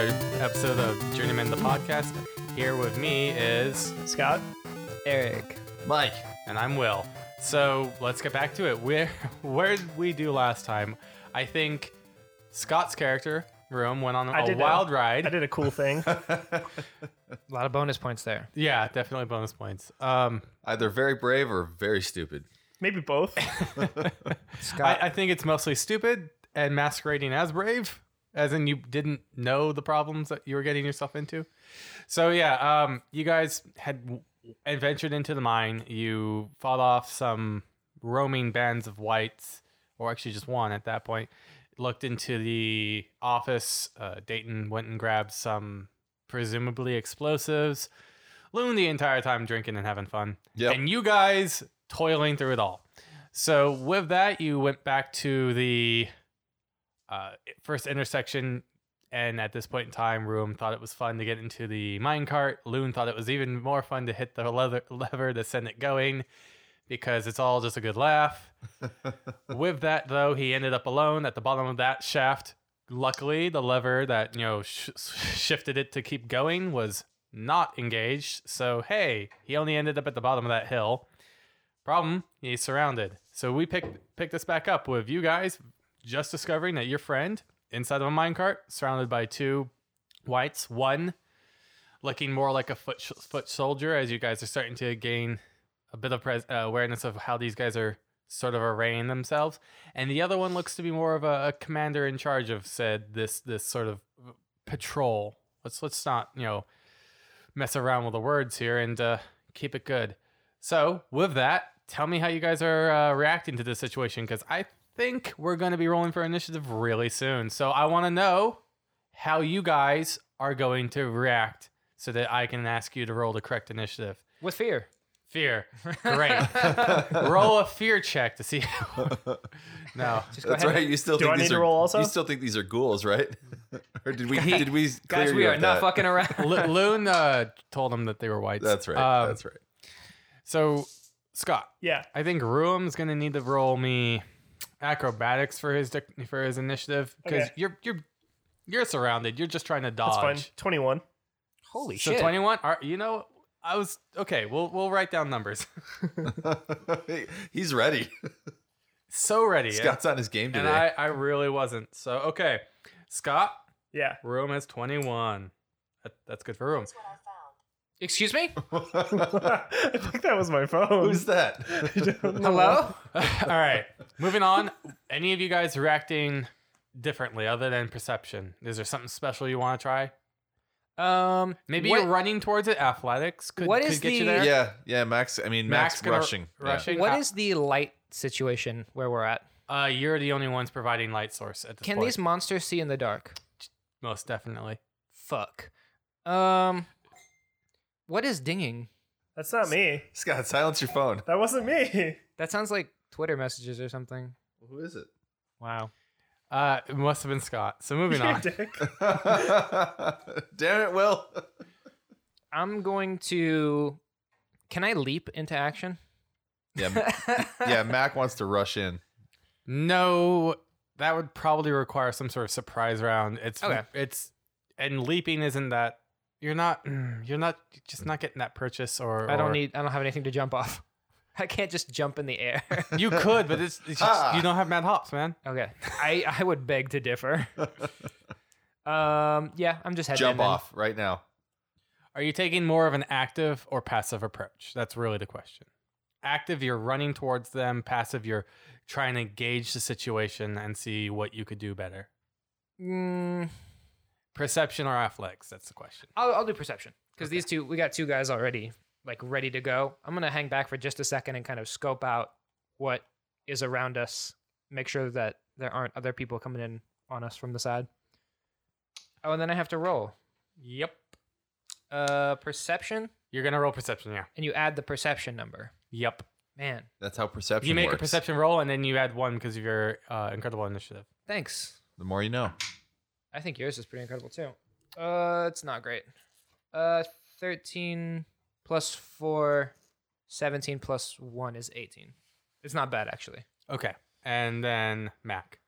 episode of Journeyman the Podcast. Here with me is, Scott? Eric. Mike, and I'm Will. So let's get back to it. Where where did we do last time? I think Scott's character room went on I a did a- wild ride. I did a cool thing. A lot of bonus points there. Yeah, definitely bonus points. Um, either very brave or very stupid. Maybe both. Scott, I, I think it's mostly stupid and masquerading as brave, as in you didn't know the problems that you were getting yourself into. So yeah, um, you guys had w- adventured into the mine. You fought off some roaming bands of whites, or actually just one at that point. Looked into the office. Uh, Dayton went and grabbed some presumably explosives. Loon the entire time drinking and having fun. Yep. And you guys toiling through it all. So with that, you went back to the uh, first intersection, and at this point in time, Room thought it was fun to get into the minecart. Loon thought it was even more fun to hit the leather, lever to send it going, because it's all just a good laugh. with that, though, he ended up alone at the bottom of that shaft. Luckily, the lever that you know sh- shifted it to keep going was not engaged. So hey, he only ended up at the bottom of that hill. Problem, he's surrounded. So we pick pick this back up with you guys just discovering that your friend inside of a minecart, surrounded by two whites, one looking more like a foot sh- foot soldier as you guys are starting to gain a bit of pres- uh, awareness of how these guys are sort of arraying themselves, and the other one looks to be more of a, a commander in charge of said this this sort of patrol. Let's let's not you know mess around with the words here and uh, keep it good. So, with that, tell me how you guys are uh, reacting to this situation because I think we're going to be rolling for initiative really soon. So, I want to know how you guys are going to react so that I can ask you to roll the correct initiative. with fear. Fear. Great. roll a fear check to see. no. Just go That's ahead. right. You still Do think I need these to are roll also? You still think these are ghouls, right? or did we did we clear Guys, you we of are not that? fucking around. L- Loon uh, told him that they were whites. That's right. Um, that's right. So, Scott, yeah. I think Ruam's gonna need to roll me acrobatics for his dic- for his initiative because Okay. you're you're you're surrounded. You're just trying to That's fine. dodge. 21. Holy So shit. twenty one. Are you know? I was okay. We'll we'll write down numbers. He's ready. so ready. Scott's on his game and today. I I really wasn't. So okay, Scott, Yeah. Room has twenty one. That, that's good for Room. Excuse me? I think that was my phone. Who's that? Hello? All right, moving on. Any of you guys reacting differently other than perception? Is there something special you want to try? Um, Maybe what, you're running towards it. Athletics could, What could is get you the- there. yeah, yeah. Max. I mean, Max, gonna- rushing. Yeah. Rushing. what Uh, is the light situation where we're at? Uh, you're the only ones providing light source at this Can point. these monsters see in the dark? most definitely? Fuck. Um, what is dinging? That's not me. Scott, silence your phone. That wasn't me. That sounds like Twitter messages or something. Who is it? Wow. Uh, it must have been Scott. So moving on. Dick. Damn it, Will. I'm going to. Can I leap into action? Yeah, yeah. Mac wants to rush in. No, that would probably require some sort of surprise round. It's Okay. it's and leaping isn't that you're not mm, you're not just not getting that purchase or I don't or- need. I don't have anything to jump off. I can't just jump in the air. You could, but it's, it's just, Ah. you don't have mad hops, man. okay, I I would beg to differ. Um, yeah, I'm just heading in Jump then. off right now. Are you taking more of an active or passive approach? That's really the question. Active, you're running towards them. Passive, you're trying to gauge the situation and see what you could do better. Mm, Perception or athletics? That's the question. I'll I'll do perception because these two we got two guys already like ready to go. I'm gonna hang back for just a second and kind of scope out what is around us. Make sure that there aren't other people coming in on us from the side. Oh, and then I have to roll. Yep. Uh, perception, You're gonna roll perception, yeah. and you add the perception number. Yep. Man, That's how perception you make a works. perception roll and then you add one because of your uh, incredible initiative. thanks. The more you know. I think yours is pretty incredible too. Uh, it's not great. Uh, 13 plus 4, 17 plus 1 is 18. It's not bad, actually. Okay. And then Mac.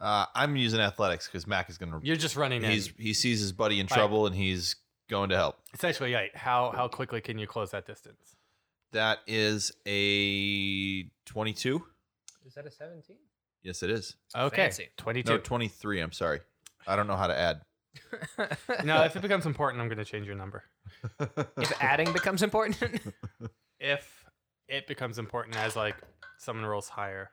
Uh, I'm using athletics because Mac is gonna. You're just running He's in. he sees his buddy in Right. trouble and he's going to help. Essentially, right. How how quickly can you close that distance? That is a 22. Is that a 17? Yes, it is. Okay, Fancy. twenty-two. No, 23. I'm sorry. I don't know how to add. no, if it becomes important, I'm going to change your number. if adding becomes important. If it becomes important, as like someone rolls higher.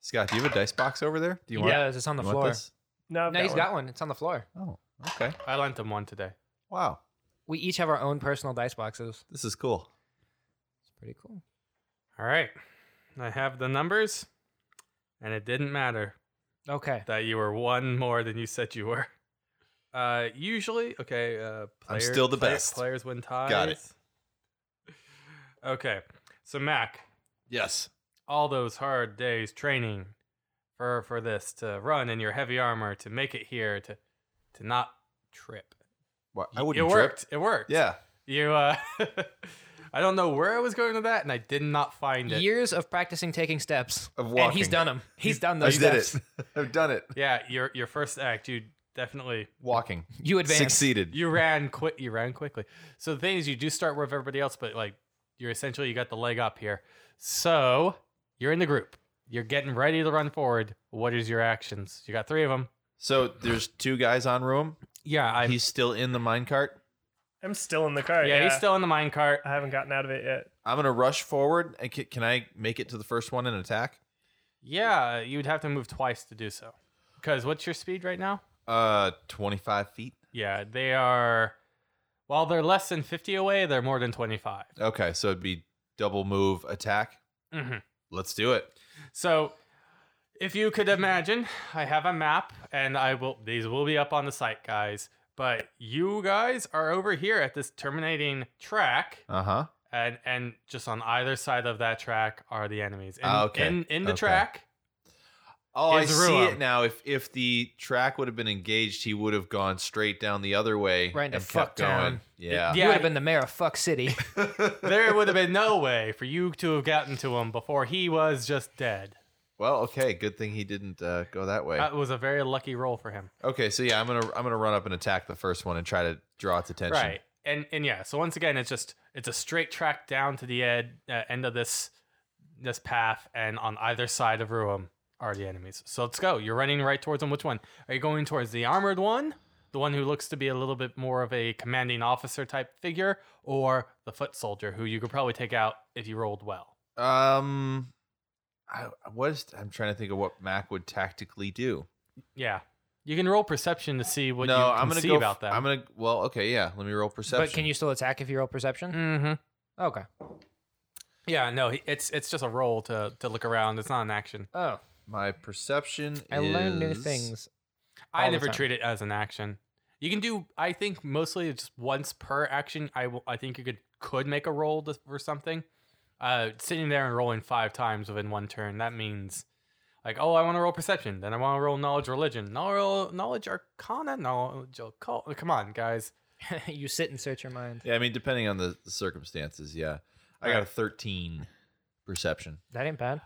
Scott, do you have a dice box over there? Do you want? yeah, it's on the you want floor. this? No, I've No, he's one. got one. It's on the floor. Oh, okay. I lent them one today. Wow, We each have our own personal dice boxes. this is cool. It's pretty cool. All right, I have the numbers, and it didn't matter Okay. that you were one more than you said you were. Uh, usually, okay. Uh, I'm still the player- best. Players win ties. Got it. Okay, so Mac, Yes. all those hard days training for for this to run in your heavy armor to make it here to to not trip. Why I wouldn't it trip. worked. It worked. Yeah. You. Uh, I don't know where I was going with that, and I did not find it. Years of practicing taking steps. Of And he's walking. done them. He's done I those did steps. it. I've done it. Yeah, your your first act, you definitely Walking. You advanced. Succeeded. you ran quick. You ran quickly. So the thing is, you do start with everybody else, but like you're essentially you got the leg up here. So you're in the group. You're getting ready to run forward. What is your actions? You got three of them. so there's two guys on room. Yeah, I'm. he's still in the minecart. I'm still in the car. yeah, he's still in the minecart. I haven't gotten out of it yet. I'm gonna rush forward. And ca- can I make it to the first one and attack? Yeah, you'd have to move twice to do so. Because what's your speed right now? Uh, 25 feet. Yeah, they are. While they're less than 50 away, they're more than 25. Okay, so it'd be double move attack. hmm Let's do it. So, if you could imagine, I have a map, and I will. These will be up on the site, guys. But you guys are over here at this terminating track, Uh huh. and and just on either side of that track are the enemies. In, Ah, okay. In in the Okay. track, Oh, I Is see Ruam. it now. If if the track would have been engaged, he would have gone straight down the other way Right into and kept Fucktown. going. Yeah. You would have been the mayor of Fuck City. there would have been no way for you to have gotten to him before he was just dead. Well, okay. Good thing he didn't uh, go that way. That was a very lucky roll for him. okay, so yeah, I'm gonna I'm gonna run up and attack the first one and try to draw its attention. Right. And and yeah, so once again, it's just it's a straight track down to the ed, uh, end of this this path, and on either side of Ruum are the enemies. So let's go. You're running right towards them. Which one? Are you going towards the armored one, the one who looks to be a little bit more of a commanding officer type figure, or the foot soldier who you could probably take out if you rolled well? Um, I was I'm trying to think of what Mac would tactically do. Yeah, you can roll perception to see what no, you can I'm gonna see go. about f- them. I'm gonna. Well, okay, yeah. Let me roll perception. Mm. but can you still attack if you roll perception? Mm-hmm. Okay. Yeah, no, he- it's it's just a roll to to look around. It's not an action. Oh, My perception. I learn new is- things. all I the never time. treat it as an action. You can do, I think, mostly it's just once per action. I will- I think you could could make a roll to, or something. Uh, sitting there and rolling five times within one turn that means, like, oh, I want to roll perception, then I want to roll knowledge religion, no roll knowledge arcana, knowledge occult. Come on, guys. you sit and search your mind. Yeah, I mean, depending on the, the circumstances. Yeah, I got a 13 perception. That ain't bad.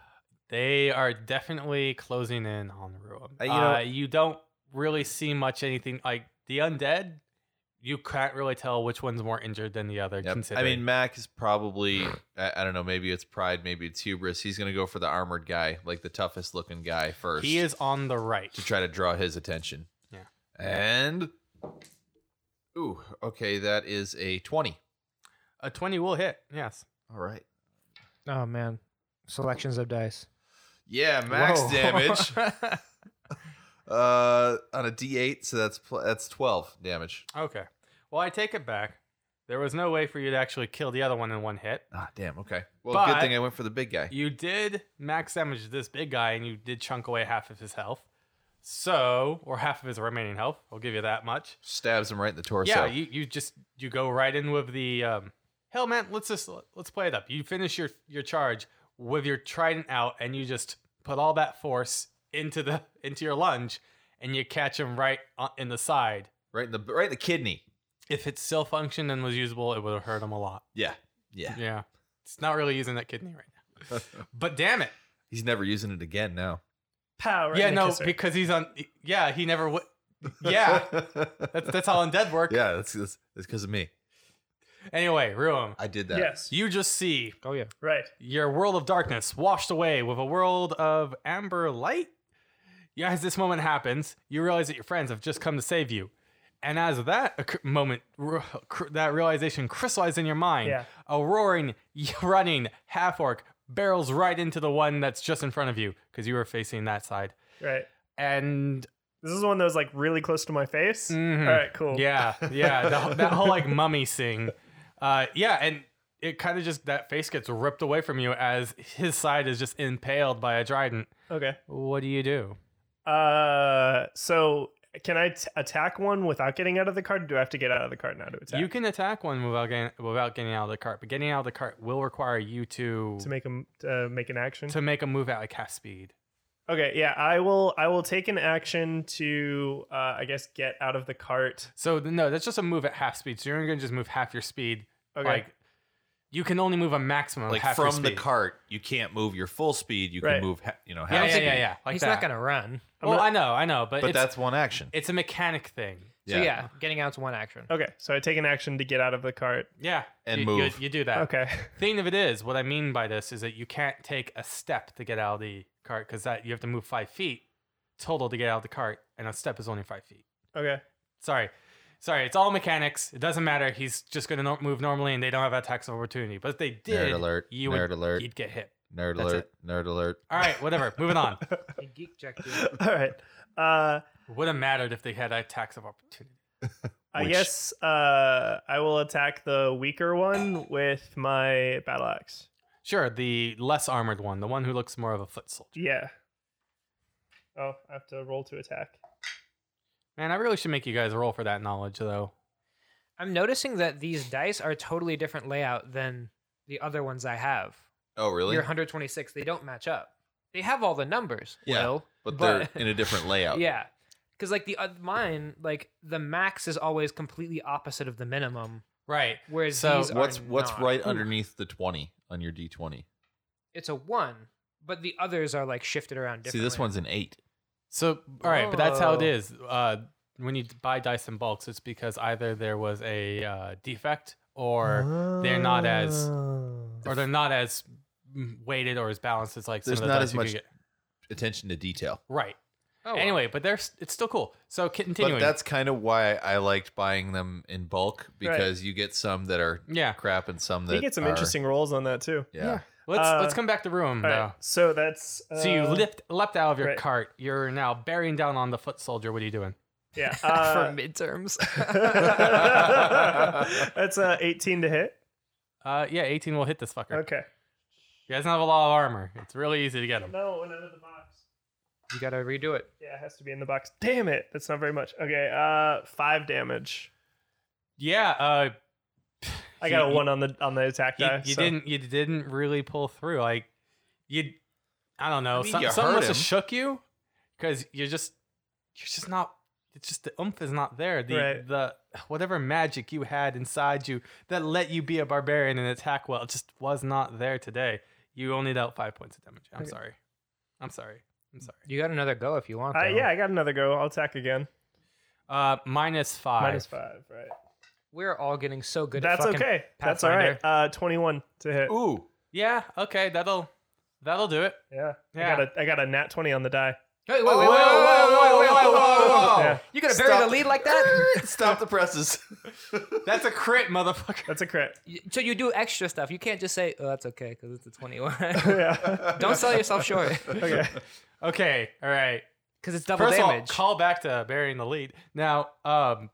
They are definitely closing in on Ruum. Uh, Uh, you you, know- don't really see much anything like the undead. You can't really tell which one's more injured than the other. Yep. I Considering. mean, Mac is probably. I, I don't know. Maybe it's pride. Maybe it's hubris. He's gonna go for the armored guy, like the toughest looking guy first. He is on the right. to try to draw his attention. Yeah. And ooh, okay, that is a twenty. A 20 will hit, yes. All right. Oh man, selections of dice. Yeah, max Whoa. damage. uh, on a D8, so that's pl- that's twelve damage. Okay. Well, I take it back. There was no way for you to actually kill the other one in one hit. Ah, damn. Okay. Well, But- good thing I went for the big guy. You did max damage to this big guy and you did chunk away half of his health. So, or half of his remaining health. I'll give you that much. Stabs him right in the torso. yeah, you, you just you go right in with the um hell man, let's just let's play it up. You finish your your charge with your trident out and you just put all that force into the into your lunge and you catch him right on, in the side. right in the right in the kidney. if it still functioned and was usable, it would have hurt him a lot. Yeah. Yeah. Yeah. It's not really using that kidney right now. But damn it. He's never using it again now. Pow. Right yeah, in the no, kisser. because he's on. Yeah, he never would. Yeah, that's that's how undead work. yeah, that's that's because of me. Anyway, Ruum, I did that. yes. you just see Oh yeah. Right. your world of darkness washed away with a world of amber light. Yeah, as this moment happens, you realize that your friends have just come to save you. And as that occ- moment, r- cr- that realization crystallized in your mind, Yeah. a roaring, running half orc barrels right into the one that's just in front of you because you were facing that side. Right. And This is one that was like really close to my face. mhm. All right. Cool. Yeah, yeah, the, whole- that whole like mummy thing. Uh, yeah, and it kind of just that face gets ripped away from you as his side is just impaled by a trident. Okay. What do you do? Uh. So can I t- attack one without getting out of the cart? Or do I have to get out of the cart now to attack? You can attack one without getting without getting out of the cart, but getting out of the cart will require you to to make him uh, make an action. to make a move at like half speed. okay. Yeah. I will. I will take an action to. Uh, I guess get out of the cart. So th- no, that's just a move at half speed. So you're gonna just move half your speed. Okay. Like you can only move a maximum of Like half your from the speed. cart, you can't move your full speed. You Right. can move, ha- you know, half Yeah, yeah, speed. yeah, yeah. Like he's that. not gonna run. I'm Well, gonna- I know, I know, but, But it's, that's one action. it's a mechanic thing. So yeah, getting out's one action. Okay. So I take an action to get out of the cart. Yeah, And you, move. You, you do that. Okay. Thing of it is, what I mean by this is that you can't take a step to get out of the cart because that you have to move five feet total to get out of the cart, and a step is only five feet. Okay. Sorry, sorry, it's all mechanics. It doesn't matter. He's just going to no- move normally, and they don't have attacks of opportunity. But if they did, Nerd alert. you nerd would alert. you'd get hit. Nerd That's alert. Nerd alert. All right, whatever. Moving on. Hey, geek check. dude. All right. Uh. Would have mattered if they had attacks of opportunity. I Which- guess uh, I will attack the weaker one with my battle axe. Sure, the less armored one, the one who looks more of a foot soldier. Yeah. Oh, I have to roll to attack. Man, I really should make you guys roll for that knowledge, though. I'm noticing that these dice are totally different layout than the other ones I have. Oh, really? You're 126. They don't match up. They have all the numbers. Yeah, Will, but they're but- in a different layout. Yeah. Because like the uh, mine, like the max is always completely opposite of the minimum. Right. Whereas So these are What's what's not. right underneath the twenty on your D twenty? It's a one, but the others are like shifted around. See, Differently. this one's an eight. So, all right, but that's how it Whoa. is. Uh, when you buy dice in bulks, it's because either there was a uh, defect or they're not as- or they're not as mm, weighted or as balanced as like some There's of the not dice as you could much- get. Attention to detail. Right. Oh, well. anyway, but there's it's still cool. So continuing. But that's kind of why I liked buying them in bulk because you get some that are yeah. crap and some that You get some are- interesting rolls on that too. Yeah. Let's Uh, let's come back to room All right. though. So that's. Uh, so you lift, leapt out of your right. cart. You're now bearing down on the foot soldier. What are you doing? Yeah. for Uh, midterms. that's uh, 18 to hit. Uh, yeah, 18 will hit this fucker. Okay. You guys don't have a lot of armor. It's really easy to get him. No, it went out of the box. you gotta redo it. Yeah, it has to be in the box. Damn it. That's not very much. Okay. Uh, five damage. Yeah. Uh, I got You- a you- one on the on the attack you, die. you so- didn't you didn't really pull through like you i don't know I mean, some, you something hurt must have him. shook you because you're just you're just not it's just the oomph is not there the Right. the whatever magic you had inside you that let you be a barbarian and attack well it just was not there today you only dealt five points of damage i'm Okay. sorry i'm sorry i'm sorry You got another go if you want. Uh, though. yeah, I got another go. I'll attack again. uh minus five Minus five, right? We're all getting so good. That's at fucking okay. That's all right. Uh, twenty-one to hit. Ooh. yeah okay that'll that'll do it Yeah. Yeah. I got a I got a nat twenty on the die. Hey, wait, wait, wait, wait, wait, wait, wait, wait, Oh. wait, wait. Yeah. You gonna bury Stop. the lead like that? Stop the presses. that's a crit motherfucker That's a crit. You- So you do extra stuff. You can't just say, "Oh, that's okay," because it's a twenty-one. yeah. Don't sell yourself short, Okay. okay all right because it's double First damage. of all, call back to burying the lead. Now, um,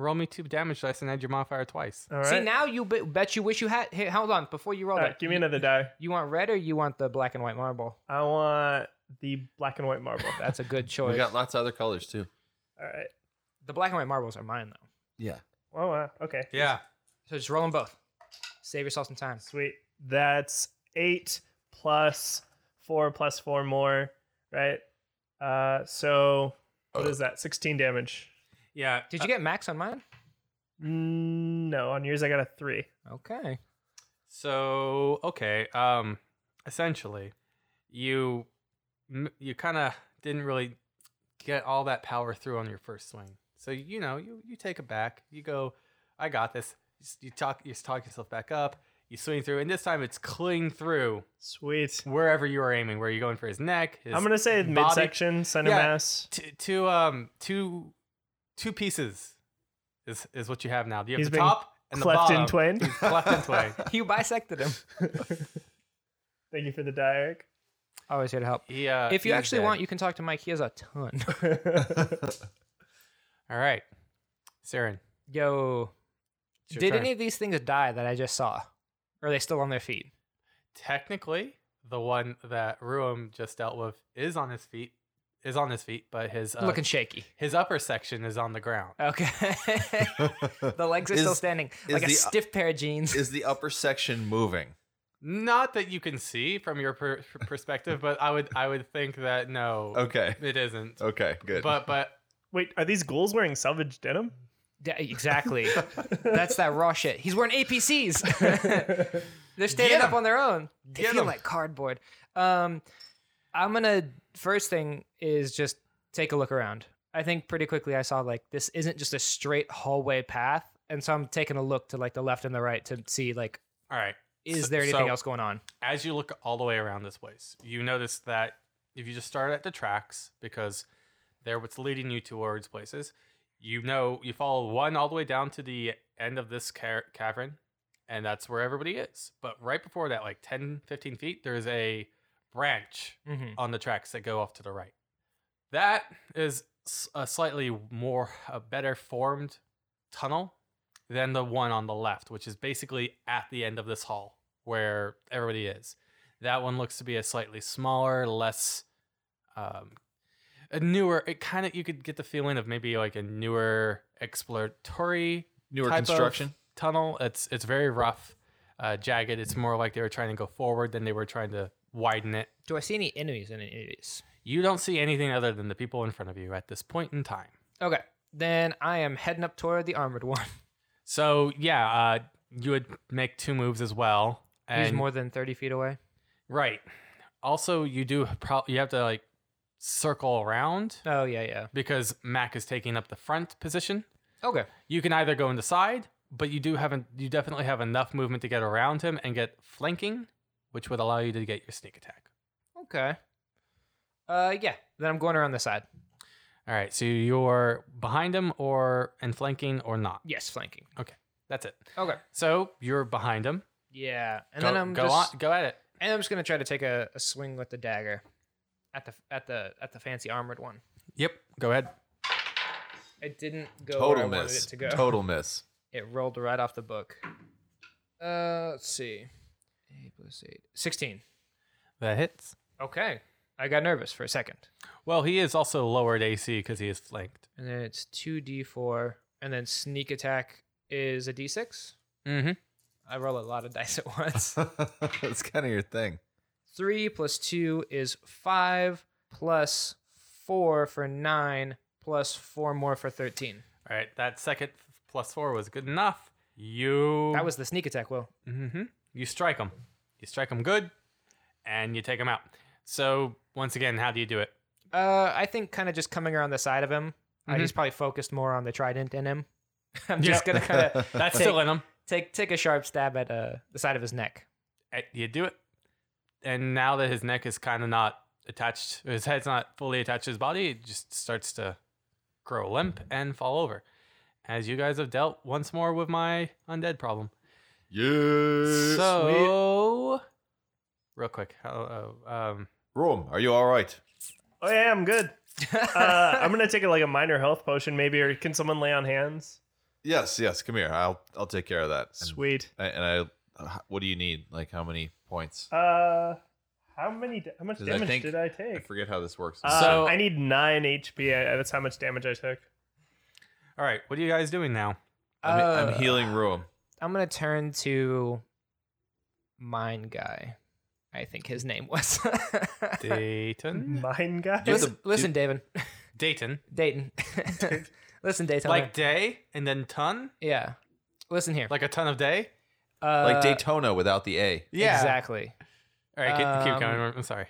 roll me two damage dice and add your modifier twice. All right. See, now you be- bet you wish you had. Hey, hold on, before you roll All that, right, give me you, another die. you want red or you want the black and white marble? I want the black and white marble. That's a good we choice. got lots of other colors too. All right. the black and white marbles are mine though, Yeah. Oh wow. Okay. Yeah. so just roll them both. Save yourself some time. Sweet. That's eight plus four plus four more. Right. Uh. So what Oh. is that? Sixteen damage. Yeah. Did you get max on mine? Mm, No, on yours I got a three. Okay. So okay. Um, essentially, you m- you kind of didn't really get all that power through on your first swing. So you know, you you take it back. You go, I got this. You, s- you talk, you s- talk yourself back up. You swing through, and this time it's clean through Sweet. wherever you are aiming. Where you're going for his neck. His I'm gonna say body- midsection, center Yeah. mass. t- two um two two pieces is is what you have now. You have He's the being top and the Cleft bottom. in twain. Cleft in twain. You bisected him. Thank you for the die, Eric. Always here to help. He, uh, If you he's actually dead. want, you can talk to Mike. He has a ton. all right, Saren. Yo, it's your did turn. any of these things die that I just saw? Or are they still on their feet? technically the one that Ruum just dealt with is on his feet is on his feet, but his uh, Looking shaky. his upper section is on the ground. Okay. the legs are still Is- standing. is Like a the- stiff pair of jeans. Is the upper section moving? Not that you can see from your per- perspective, but I would I would think that no, Okay. it isn't. Okay. Good. But but Wait, are these ghouls wearing salvage denim? Yeah, exactly. That's that raw shit. He's wearing APCs. They're standing Get up on their own. They Get feel 'em. like cardboard. Um, I'm gonna first thing is just take a look around. I think pretty quickly I saw like this isn't just a straight hallway path, and so I'm taking a look to like the left and the right to see like all right. is So- there anything so- else going on? as you look all the way around this place, you notice that if you just start at the tracks, because they're what's leading you towards places, you know you follow one all the way down to the end of this ca- cavern, and that's where everybody is. But right before that, like 10, 15 feet, there's a branch Mm-hmm. on the tracks that go off to the right. That is s- a slightly more, a better formed tunnel than the one on the left, which is basically at the end of this hall where everybody is. That one looks to be a slightly smaller, less, um, a newer. It kind of you could get the feeling of maybe like a newer exploratory Newer type of- construction. tunnel. It's it's very rough, uh, jagged. It's more like they were trying to go forward than they were trying to widen it. Do I see any enemies? Any enemies? You don't see anything other than the people in front of you at this point in time. Okay, then I am heading up toward the armored one. So yeah, uh, you would make two moves as well. And He's more than thirty feet away. right. Also, you do pro- you have to like circle around Oh yeah, yeah. because Mac is taking up the front position. Okay. You can either go in the side, but you do have an, you definitely have enough movement to get around him and get flanking, which would allow you to get your sneak attack. Okay. Uh, yeah. Then I'm going around the side. All right, so you're behind him or and flanking or not. Yes, flanking. That's it. Okay. So you're behind him. Yeah, and go then I'm go just, on, go at it. and I'm just gonna try to take a, a swing with the dagger, at the at the at the fancy armored one. Yep, go ahead. It didn't go where I Total wanted miss. it to go. Total miss. It rolled right off the book. Uh, let's see, eight plus eight, sixteen. That hits. Okay, I got nervous for a second, Well, he is also lowered AC because he is flanked. and then it's two d four, and then sneak attack is a d six. Mm-hmm. I roll a lot of dice at once. That's kind of your thing. Three plus two is five, plus four for nine, plus four more for 13. All right, that second plus four was good enough. You That was the sneak attack, Will. Mm-hmm. You strike them. You strike them good, and you take them out. So once again, how do you do it? Uh, I think kind of just coming around the side of him. Uh, he's probably focused more on the trident in him. I'm just Yeah. gonna kind of That's Take- still in them. take take a sharp stab at uh, the side of his neck. eh, You do it, and now that his neck is kind of not attached, his head's not fully attached to his body, it just starts to grow limp and fall over. As you guys have dealt once more with my undead problem. Yeah. So, real quick, how- uh, um, Room, are you all right? Oh yeah, I'm good. Uh, I'm gonna take like a minor health potion, maybe, or can someone lay on hands? Yes, yes. Come here. I'll I'll take care of that. And- Sweet. I- And, I, uh, what do you need? Like how many points? Uh, how many? da- How much 'Cause I damage think- did I I take? forget how this works. Uh, So- I need nine HP. I, that's how much damage I took. all right, what are you guys doing now? I'm, I'm Uh, healing Room. I'm gonna turn to mine guy. I think his name was. Dayton? Mine guy. You're listen, the- listen David. Dayton. Dayton. listen, Dayton. Like day and then ton? Yeah. Listen here. Like a ton of day? uh, like Daytona without the A. Yeah. Exactly. All right, keep, keep Um, going. I'm sorry.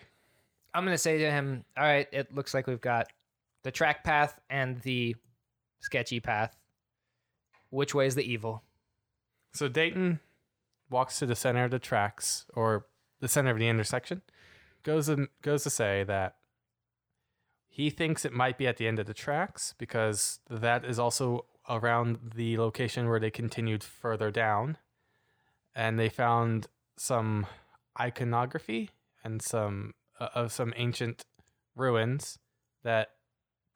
I'm gonna say to him, "All right, it looks like we've got the track path and the sketchy path. Which way is the evil?" So Dayton walks to the center of the tracks or the center of the intersection. Goes and goes to say that he thinks it might be at the end of the tracks because that is also around the location where they continued further down and they found some iconography and some uh, of some ancient ruins that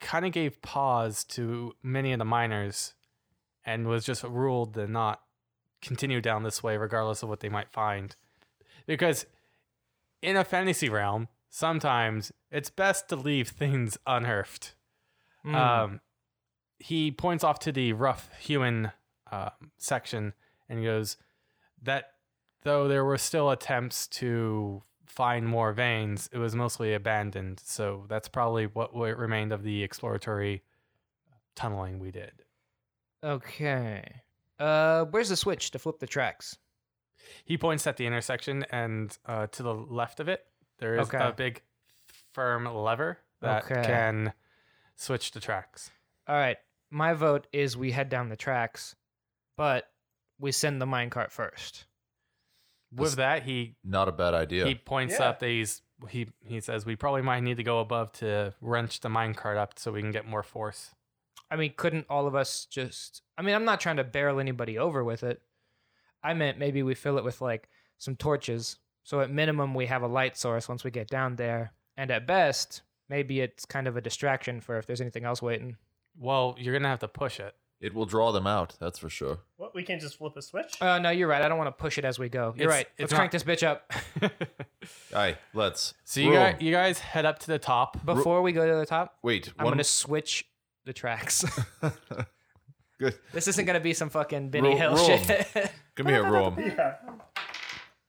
kind of gave pause to many of the miners and was just ruled to not continue down this way regardless of what they might find because in a fantasy realm sometimes it's best to leave things unearthed Hmm. Uh, um, he points off to the rough hewn uh, section and goes that though there were still attempts to find more veins, it was mostly abandoned. So that's probably what what remained of the exploratory uh, tunneling we did. Okay. Uh, where's the switch to flip the tracks? He points at the intersection, and uh, to the left of it, there is Okay. a big, firm lever that Okay. can switch the tracks. All right. My vote is we head down the tracks, but we send the minecart first. With This- that, he Not a bad idea. he points Yeah. up that he's he he says we probably might need to go above to wrench the minecart up so we can get more force. I mean, couldn't all of us just? I mean, I'm not trying to barrel anybody over with it. I meant maybe we fill it with like some torches, so at minimum we have a light source once we get down there, and at best maybe it's kind of a distraction for if there's anything else waiting. Well, you're gonna have to push it. it will draw them out, that's for sure. What? We can just flip a switch? Oh no, you're right. I don't want to push it as we go. You're It's- right. it's Let's not- crank this bitch up Aye, let's. So you roll. guys, you guys head up to the top. before we go to the top. Wait, I'm gonna switch the tracks. Good. this isn't gonna be some fucking Benny Roll- Hill roll. shit. Come here, roll 'em. Yeah.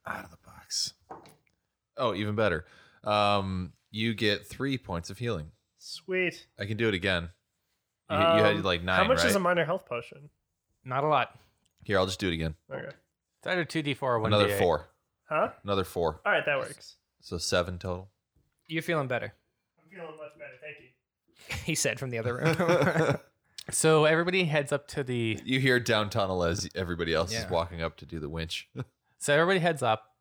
out of the box. Oh, even better. Um, you get three points of healing. Sweet. I can do it again. You, you had Um, like nine. How much right? is a minor health potion? not a lot. Here, I'll just do it again. Okay. It's either two d four or one Another d8. four. Huh? Another four. All right, that works. So seven total. You're feeling better, I'm feeling much better. Thank you. he said from the other room. So everybody heads up to the. you hear down tunnel as everybody else Yeah. is walking up to do the winch. So everybody heads up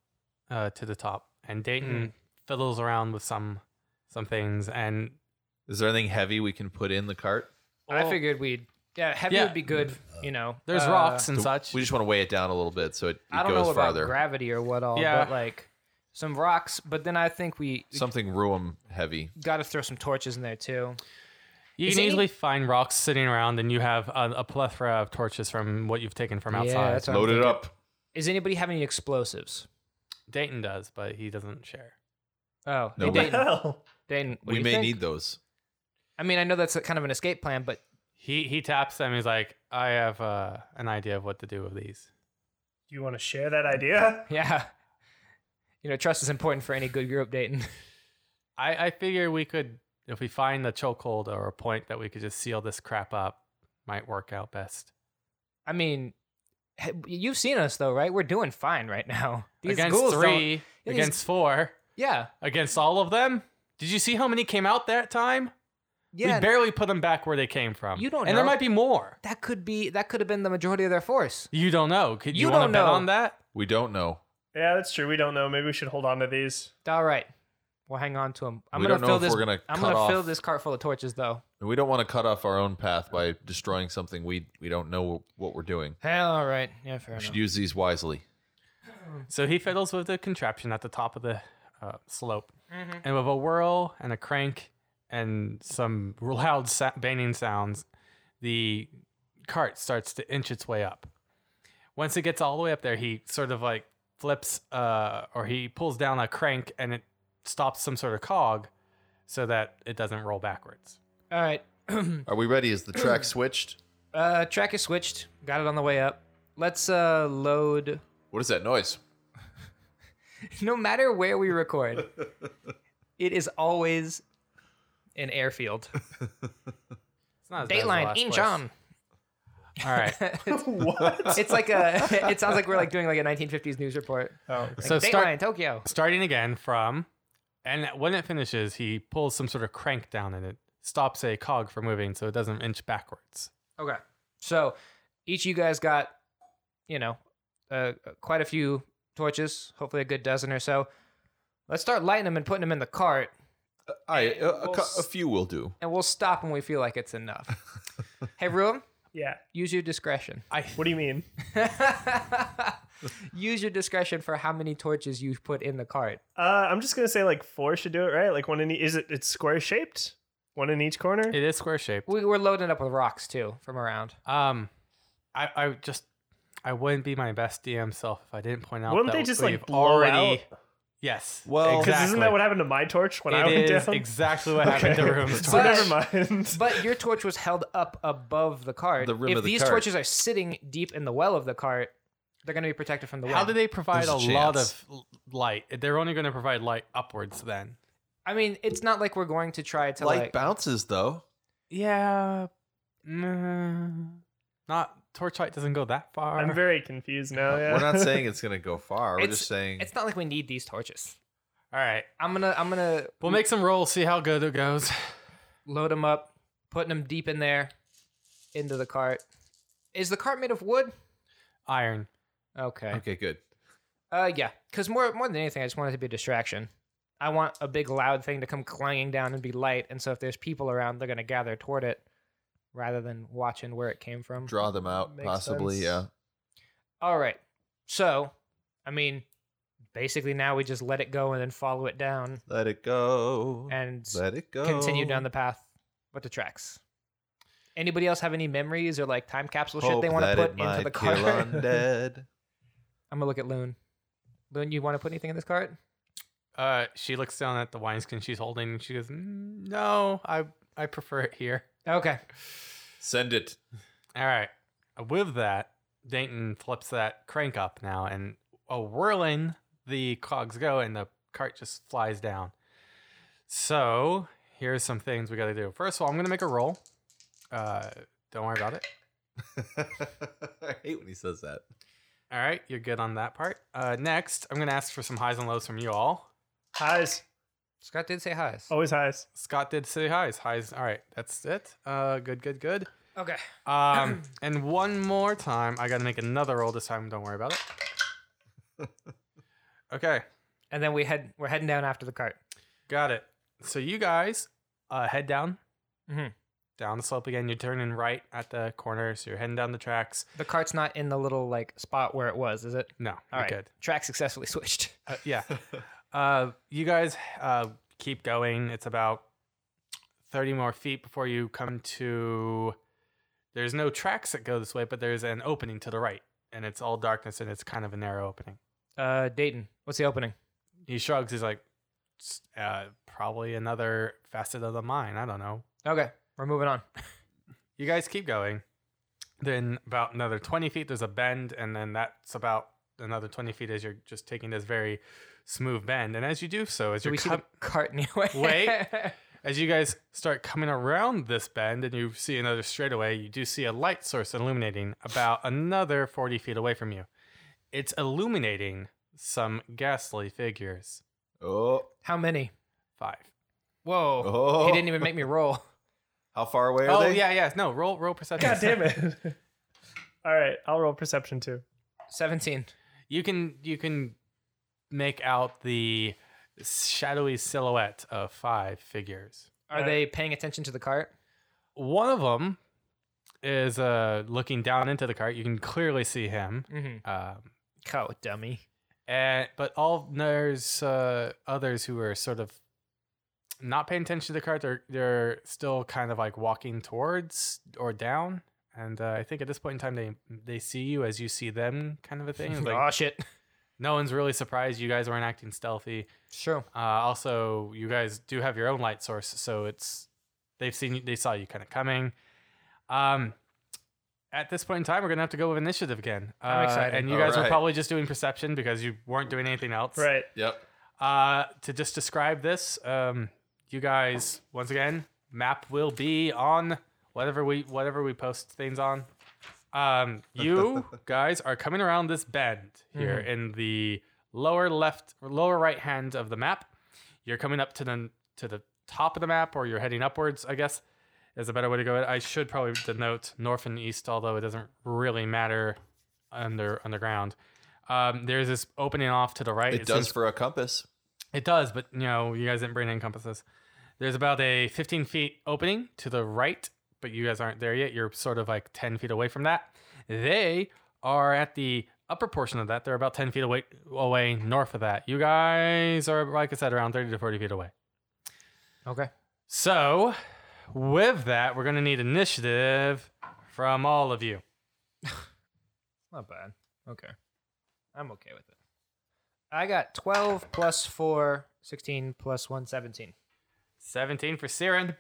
uh, to the top, and Dayton Mm. fiddles around with some some things, and is there anything heavy we can put in the cart? I figured we'd. Yeah, heavy Yeah. would be good. You know, there's Uh, rocks and So such. We just want to weigh it down a little bit so it, it I don't goes know about farther. gravity or what all, Yeah. but like some rocks. But then I think we Something ruum heavy. got to throw some torches in there too. you Is e- can any- easily find rocks sitting around, and you have a, a plethora of torches from what you've taken from Yeah, outside. that's what I'm Load it thinking. up. Is anybody having any explosives? Dayton does, but he doesn't share. Oh, No, hey, we- What the Dayton. hell? Dayton, what do we you may think? need those. I mean, I know that's a, kind of an escape plan, but He he taps them. He's like, I have uh, an idea of what to do with these. Do you want to share that idea? yeah, you know, trust is important for any good group, Dayton. I, I figure we could, if we find a chokehold or a point that we could just seal this crap up, might work out best. I mean, he- you've seen us though, right? We're doing fine right now. These against ghouls don't- 3 these- against four, yeah, against all of them. Did you see how many came out that time? yeah. we barely put them back where they came from. You don't and there know. might be more. that could be that could have been the majority of their force. You don't know. Could you, You want to don't bet know. on that? We don't know. Yeah, that's true. We don't know. Maybe we should hold on to these. All right. We'll hang on to him. I'm We gonna don't know fill if this. we're gonna I'm cut gonna fill off- this cart full of torches, though. And we don't want to cut off our own path by destroying something we we don't know what we're doing. Hell, all right. Yeah, We fair enough. should use these wisely. So he fiddles with the contraption at the top of the uh, slope, Mhm. and with a whirl and a crank and some loud sa- banging sounds, the cart starts to inch its way up. Once it gets all the way up there, he sort of like flips uh, or he pulls down a crank and it stops some sort of cog so that it doesn't roll backwards. all right. Are we ready? Is the track switched? Uh, track is switched. Got it on the way up. Let's uh load. What is that noise? No matter where we record, it is always an airfield. It's not as bad as the Dateline, last Incheon. place. All right. what? It's like a. It sounds like we're like doing like a 1950s news report. Oh, Like, So Dateline, start- Tokyo. Starting again from And when it finishes, he pulls some sort of crank down and it stops a cog from moving so it doesn't inch backwards. Okay. So each of you guys got, you know, uh, quite a few torches, hopefully a good dozen or so. Let's start lighting them and putting them in the cart, Uh, aye, a, a We'll cou- s- a few will do. and we'll stop when we feel like it's enough. hey, Ruum, Yeah. use your discretion. I What do you mean? use your discretion for how many torches you put in the cart. Uh, I'm just gonna say like four should do it, right? Like one in e- is it? It's square shaped. One in each corner. it is square shaped. We, we're loading up with rocks too from around. Um, I I just I wouldn't be my best DM self if I didn't point out. Wouldn't that they just like we've blow already? out? Yes. Well- 'Cause exactly. isn't that what happened to my torch when I It went is down? exactly what happened to Room's so torch. never mind. But your torch was held up above the cart. The rim if of the these cart. torches are sitting deep in the well of the cart, they're going to be protected from the wind. How do they provide There's a, a lot chance. of l- light? They're only going to provide light upwards then. I mean, it's not like we're going to try to Light like. bounces though. Yeah. not torchlight doesn't go that far. I'm very confused now. Yeah. We're not saying it's gonna go far. We're It's- just saying It's not like we need these torches. All right. I'm gonna, I'm gonna We'll make some rolls, see how good it goes. load them up, putting them deep in there, into the cart. Is the cart made of wood? Iron. Okay. okay, good. Uh, yeah. Because more, more than anything, I just want it to be a distraction. I want a big loud thing to come clanging down and be light, and so if there's people around, they're gonna gather toward it, rather than watching where it came from. Draw them out, Makes possibly. sense. Yeah. All right. So, I mean, basically now we just let it go and then follow it down Let it go. and Let it go. continue down the path with the tracks. Anybody else have any memories or like time capsule shit they Hope want to that put it into the might cart? kill I'm undead. gonna look at Loon. Loon, you want to put anything in this cart? Uh, she looks down at the wineskin she's holding and she goes, "Mm, "No, I I prefer it here." Okay. Send it. All right. With that, Dayton flips that crank up now, and a whirling, the cogs go, and the cart just flies down. So here's some things we got to do. First of all, I'm gonna make a roll. Uh, don't worry about it. I hate when he says that. All right, you're good on that part. Uh, next, I'm gonna ask for some highs and lows from you all. highs. Scott did say highs. Always highs. Scott did say highs. Highs. All right, that's it. Uh, good, good, good. Okay. Um, and one more time, I gotta make another roll this time. Don't worry about it. Okay, And then we head we're heading down after the cart. got it. So you guys uh, head down, Mhm. down the slope again. You're turning right at the corner, so you're heading down the tracks. The cart's not in the little like spot where it was, is it? No, All you're right. good. Track successfully switched. Uh, yeah. uh, you guys uh, keep going. It's about 30 more feet before you come to. There's no tracks that go this way, but there's an opening to the right, and it's all darkness, and it's kind of a narrow opening. Uh, Dayton, what's the opening? He shrugs. He's like, "S- uh, probably another facet of the mine. I don't know. Okay, we're moving on. You guys keep going. Then about another 20 feet, there's a bend, and then that's about another 20 feet as you're just taking this very smooth bend. And as you do so, as Do you're we see the com- cart anyway? Wait. As you guys start coming around this bend and you see another straightaway, you do see a light source illuminating about another 40 feet away from you. It's illuminating some ghastly figures. Oh, How many? Five. Whoa. oh. He didn't even make me roll. How far away are Oh, they? yeah, yeah. No, roll roll perception. God damn it. All right, I'll roll perception too. 17. You can you can make out the shadowy silhouette of five figures. Are Uh, they paying attention to the cart? One of them is uh looking down into the cart. You can clearly see him. Mm-hmm. Um Oh, dummy. and but all there's uh, others who are sort of not paying attention to the cart. They're they're still kind of like walking towards or down. And uh, I think at this point in time, they they see you as you see them, kind of a thing. It's oh, Like shit. no one's really surprised. You guys weren't acting stealthy. Sure. Uh, also, you guys do have your own light source, so it's they've seen you, they saw you kind of coming. Um, at this point in time, we're gonna have to go with initiative again. Uh, I'm excited. And you All guys were right. probably just doing perception because you weren't doing anything else. Right. Yep. Uh, to just describe this, um, you guys once again, map will be on whatever we whatever we post things on. Um, you guys are coming around Mm-hmm. this bend here in the lower left, lower right hand of the map. you're coming up to the to the top of the map, or you're heading upwards. I guess is a better way to go. I should probably denote north and east, although it doesn't really matter under underground. Um, there's this opening off to the right. it does says- for a compass. it does, but you know, you guys didn't bring in compasses. There's about a 15 feet opening to the right, but you guys aren't there yet. You're sort of like 10 feet away from that. They are at the upper portion of that. They're about 10 feet away, away north of that. You guys are, like I said, around 30 to 40 feet away. Okay. So, with that, we're going to need initiative from all of you. Not bad. Okay. I'm okay with it. I got 12 plus 4, 16 plus 1, 17. 17 for Siren,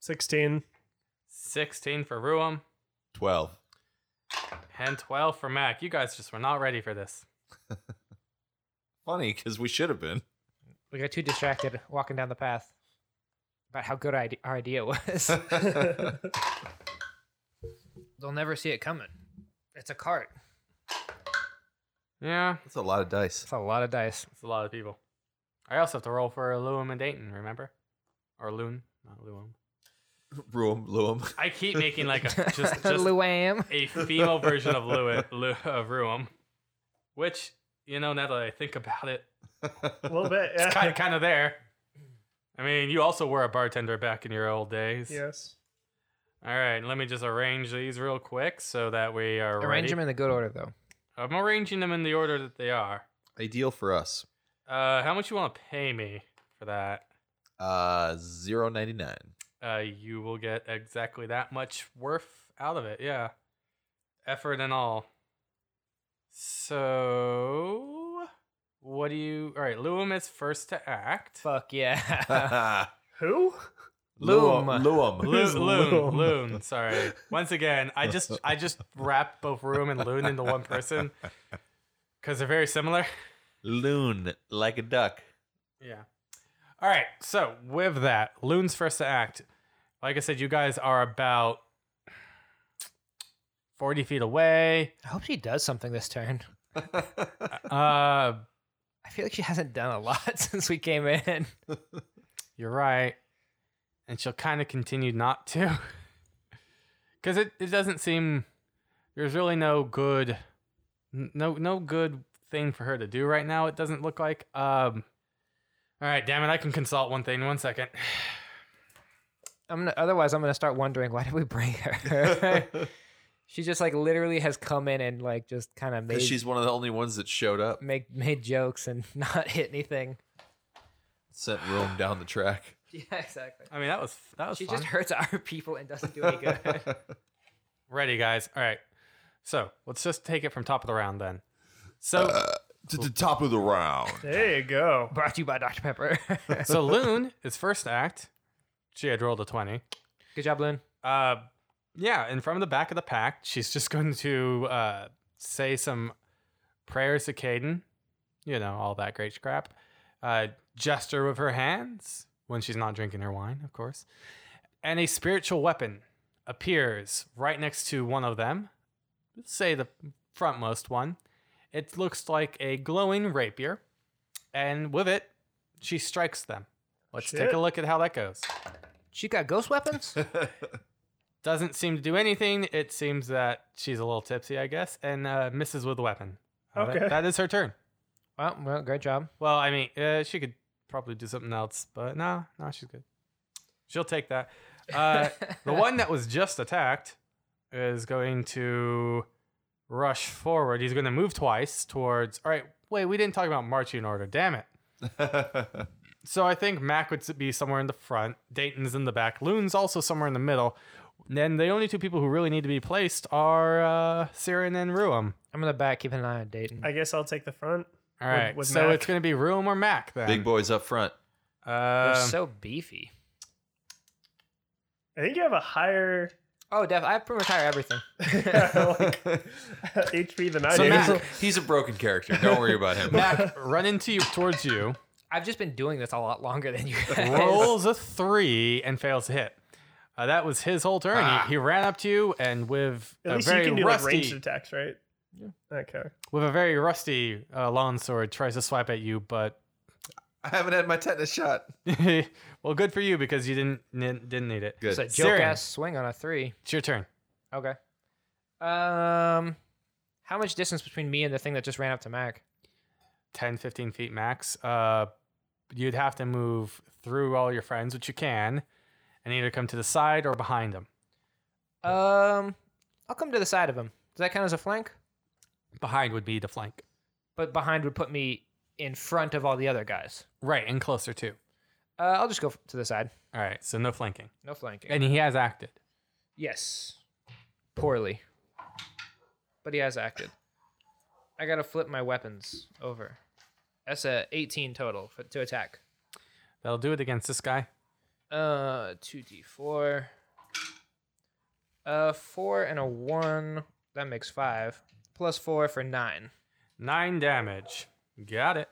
16. 16 for Ruam, Twelve. and 12 for Mac. You guys just were not ready for this. Funny because we should have been. We got too distracted walking down the path about how good ide- our idea was. They'll never see it coming. It's a cart. Yeah. That's a lot of dice. It's a lot of dice. It's a lot of people. I also have to roll for Luam and Dayton, remember? Or Loon, not Luam. Room, loom. I keep making like a just, just Luam. a female version of Lu, Lu of Ruam, which you know now that I think about it, A little bit. Yeah. kind of, kind of there. I mean, you also were a bartender back in your old days. yes. All right, let me just arrange these real quick so that we are Arrange ready. them in the good order, though. I'm arranging them in the order that they are. Ideal for us. Uh, how much you want to pay me for that? Uh, zero ninety nine. uh, you will get exactly that much worth out of it. Yeah, effort and all. So, what do you? All right, Luum is first to act. Fuck yeah. Who? Loom, Loom. loom. Loon, Who's Loon, Luum? Loon. Sorry. Once again, I just I just wrapped both Room and Loon into one person because they're very similar. Loon, like a duck. Yeah. All right. So with that, Loon's first to act. Like I said, you guys are about forty feet away. I hope she does something this turn. Uh, I feel like she hasn't done a lot since we came in. You're right. And she'll kind of continue not to. Because it, it doesn't seem there's really no good n- no no good thing for her to do right now. It doesn't look like. Um, all right, damn it! I can consult one thing. One second. I'm gonna, otherwise, I'm gonna start wondering why did we bring her? she just like literally has come in and like just kind of made she's one of the only ones that showed up. make made jokes and not hit anything. Sent Room down the track. Yeah, exactly. I mean, that was that was. She fun. just hurts our people and doesn't do any good. Ready, guys. All right. So let's just take it from top of the round then. So to the top of the round. There you go. Brought to you by Dr Pepper. so Loon is first act. She had rolled a twenty. good job, Loon. Uh, yeah, and from the back of the pack, she's just going to uh, say some prayers to Caden, you know, all that great crap. Uh, gesture with her hands when she's not drinking her wine, of course. And a spiritual weapon appears right next to one of them, let's say the frontmost one. It looks like a glowing rapier, and with it, she strikes them. Let's take Shit. a look at how that goes She got ghost weapons. doesn't seem to do anything. It seems that she's a little tipsy, I guess, and uh, misses with the weapon. Uh, that- Okay. that is her turn. well, well, great job. Well, I mean, uh, she could probably do something else, but no, no, she's good. She'll take that. Uh, the one that was just attacked is going to rush forward. He's going to move twice towards. All right, wait, we didn't talk about marching order. Damn it. So I think Mac would be somewhere in the front. Dayton's in the back. Loon's also somewhere in the middle. Then the only two people who really need to be placed are uh, Siren and Ruum. I'm in the back keeping an eye on Dayton. I guess I'll take the front. All right, with so Mac. it's going to be Ruum or Mac then. Big boys up front. Uh, They're so beefy. I think you have a higher Oh, Dev, I pretty much hire everything. like, HP than I So do. Mac, he's a broken character. Don't worry about him. Mac run into you towards you, I've just been doing this a lot longer than you guys. rolls a three and fails to hit. Uh, that was his whole turn. Ah. He, he ran up to you and with At a least very you can do rusty, like ranged attacks, right? Yeah. Okay. with a very rusty uh, long sword, tries to swipe at you, but I haven't had my tetanus shot. well, good for you because you didn't nin- didn't need it. Good. It's a Syrian. joke ass swing on a three. It's your turn. Okay. Um, how much distance between me and the thing that just ran up to Mac? 10, 15 feet max. Uh, you'd have to move through all your friends, which you can, and either come to the side or behind them. Um, I'll come to the side of him. Does that count as a flank? Behind would be the flank. But behind would put me in front of all the other guys. Right, and closer too. Uh, I'll just go f- to the side. All right, so no flanking. No flanking. And he has acted. yes. Poorly. But he has acted. I gotta flip my weapons over. That's a 18 total for, to attack. That'll do it against this guy. Uh, two D four. Uh, four and a one. That makes five. Plus four for nine. Nine damage. Got it.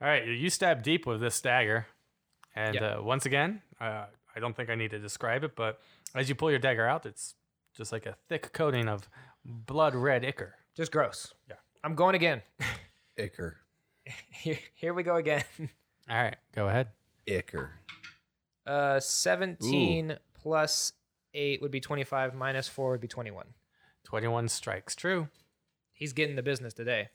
All right, you stab deep with this dagger. And Yeah. uh, once again, uh, I don't think I need to describe it, but as you pull your dagger out, it's just like a thick coating of blood red ichor. Just gross. Yeah. I'm going again. Icker. Here, here we go again. All right, go ahead. Icker. Uh, seventeen plus eight would be twenty-five. Minus four would be twenty-one. 21 strikes true. He's getting the business today.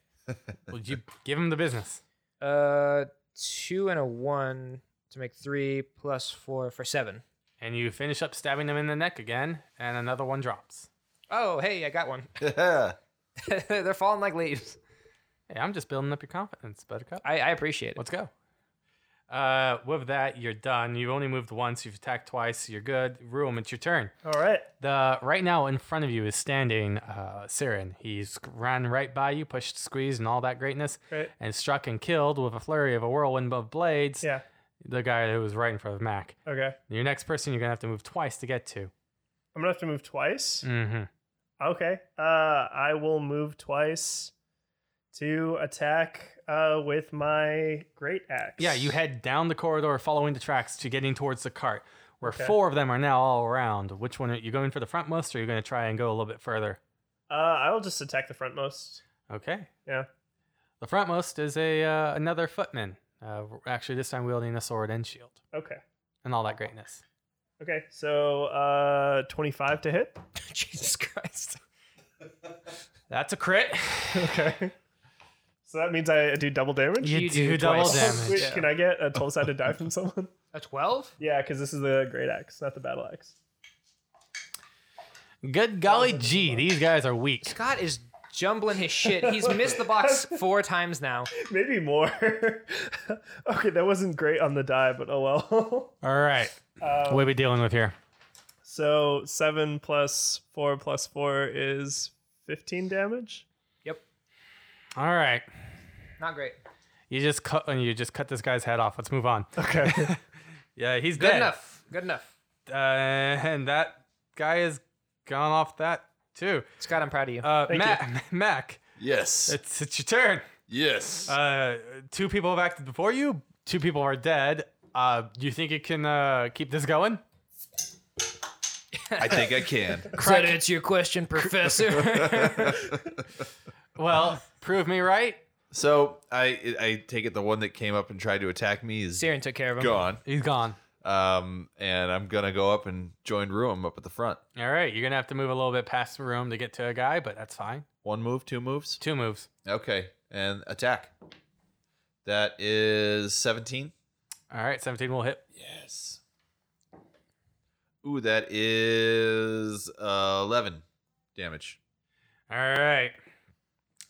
Would you give him the business? Uh, two and a one to make three. Plus four for seven. And you finish up stabbing him in the neck again, and another one drops. Oh, hey, I got one. They're falling like leaves. Hey, I'm just building up your confidence, Buttercup. I, I appreciate it. Let's go. Uh, with that, you're done. You've only moved once. You've attacked twice. you're good. Room, it's your turn. All right. The right now in front of you is standing uh, Siren. He's ran right by you, pushed, squeezed, and all that greatness, Great. and struck and killed with a flurry of a whirlwind of blades. Yeah. The guy who was right in front of Mac. Okay. Your next person, you're gonna have to move twice to get to. I'm gonna have to move twice. Mm-hmm. Okay. Uh, I will move twice to attack uh, with my great axe. Yeah, you head down the corridor, following the tracks to getting towards the cart, where Okay. four of them are now all around. Which one are you going for the frontmost, or are you going to try and go a little bit further? Uh, I will just attack the frontmost. Okay. Yeah. The frontmost is a uh, another footman, uh, actually this time wielding a sword and shield, Okay. and all that greatness. Okay. So uh, 25 to hit. Jesus Christ. That's a crit. Okay. So that means I do double damage. you, You do, do double twice. damage. Wait, Can I get a 12 sided die from someone? A twelve? Yeah, because this is the great axe, not the battle axe. Good golly gee, these guys are weak. Scott is jumbling his shit. He's missed the box four times now. Maybe more. okay, that wasn't great on the die, but oh well. All right, what are we dealing with here? so seven plus four plus four is 15 damage. Yep. All right, Not great. you just cut and you just cut this guy's head off. Let's move on. Okay. Yeah, he's Good dead. enough. Good enough. Uh, and that guy has gone off that too. Scott, I'm proud of you. Uh, Thank Mac, Mac, Yes. it's it's your turn. yes. Uh, two people have acted before you. Two people are dead. Uh, do you think you can uh, keep this going? I think I can. Credits your question, Professor. Well, prove me right. So I I take it the one that came up and tried to attack me is Siren took care of him. gone. He's gone. Um, and I'm gonna go up and join Ruum up at the front. All right, you're gonna have to move a little bit past the room to get to a guy, but that's fine. One move, two moves. Two moves. Okay, and attack. That is 17. All right, 17 will hit. Yes. Ooh, that is uh, 11 damage. All right.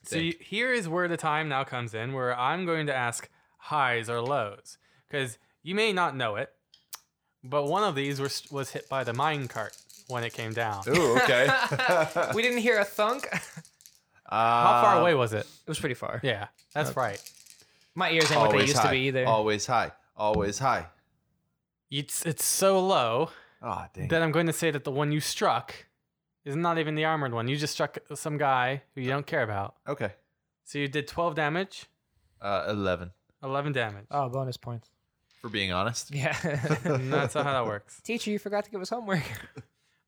So Think. you- here is where the time now comes in, where I'm going to ask highs or lows, because you may not know it, but one of these was was hit by the mine cart when it came down. Ooh, okay. we didn't hear a thunk. It Uh, How far away was it? was pretty far. Yeah, that's right. My ears ain't what they Always used high. to be either. Always high. Always high. It's it's so low Ah, dang. that I'm going to say that the one you struck is not even the armored one. You just struck some guy who Uh. you don't care about. okay. So you did 12 damage, Uh, 11, 11 damage. Oh, bonus points. for being honest. Yeah. That's not how that works. Teacher, you forgot to give us homework.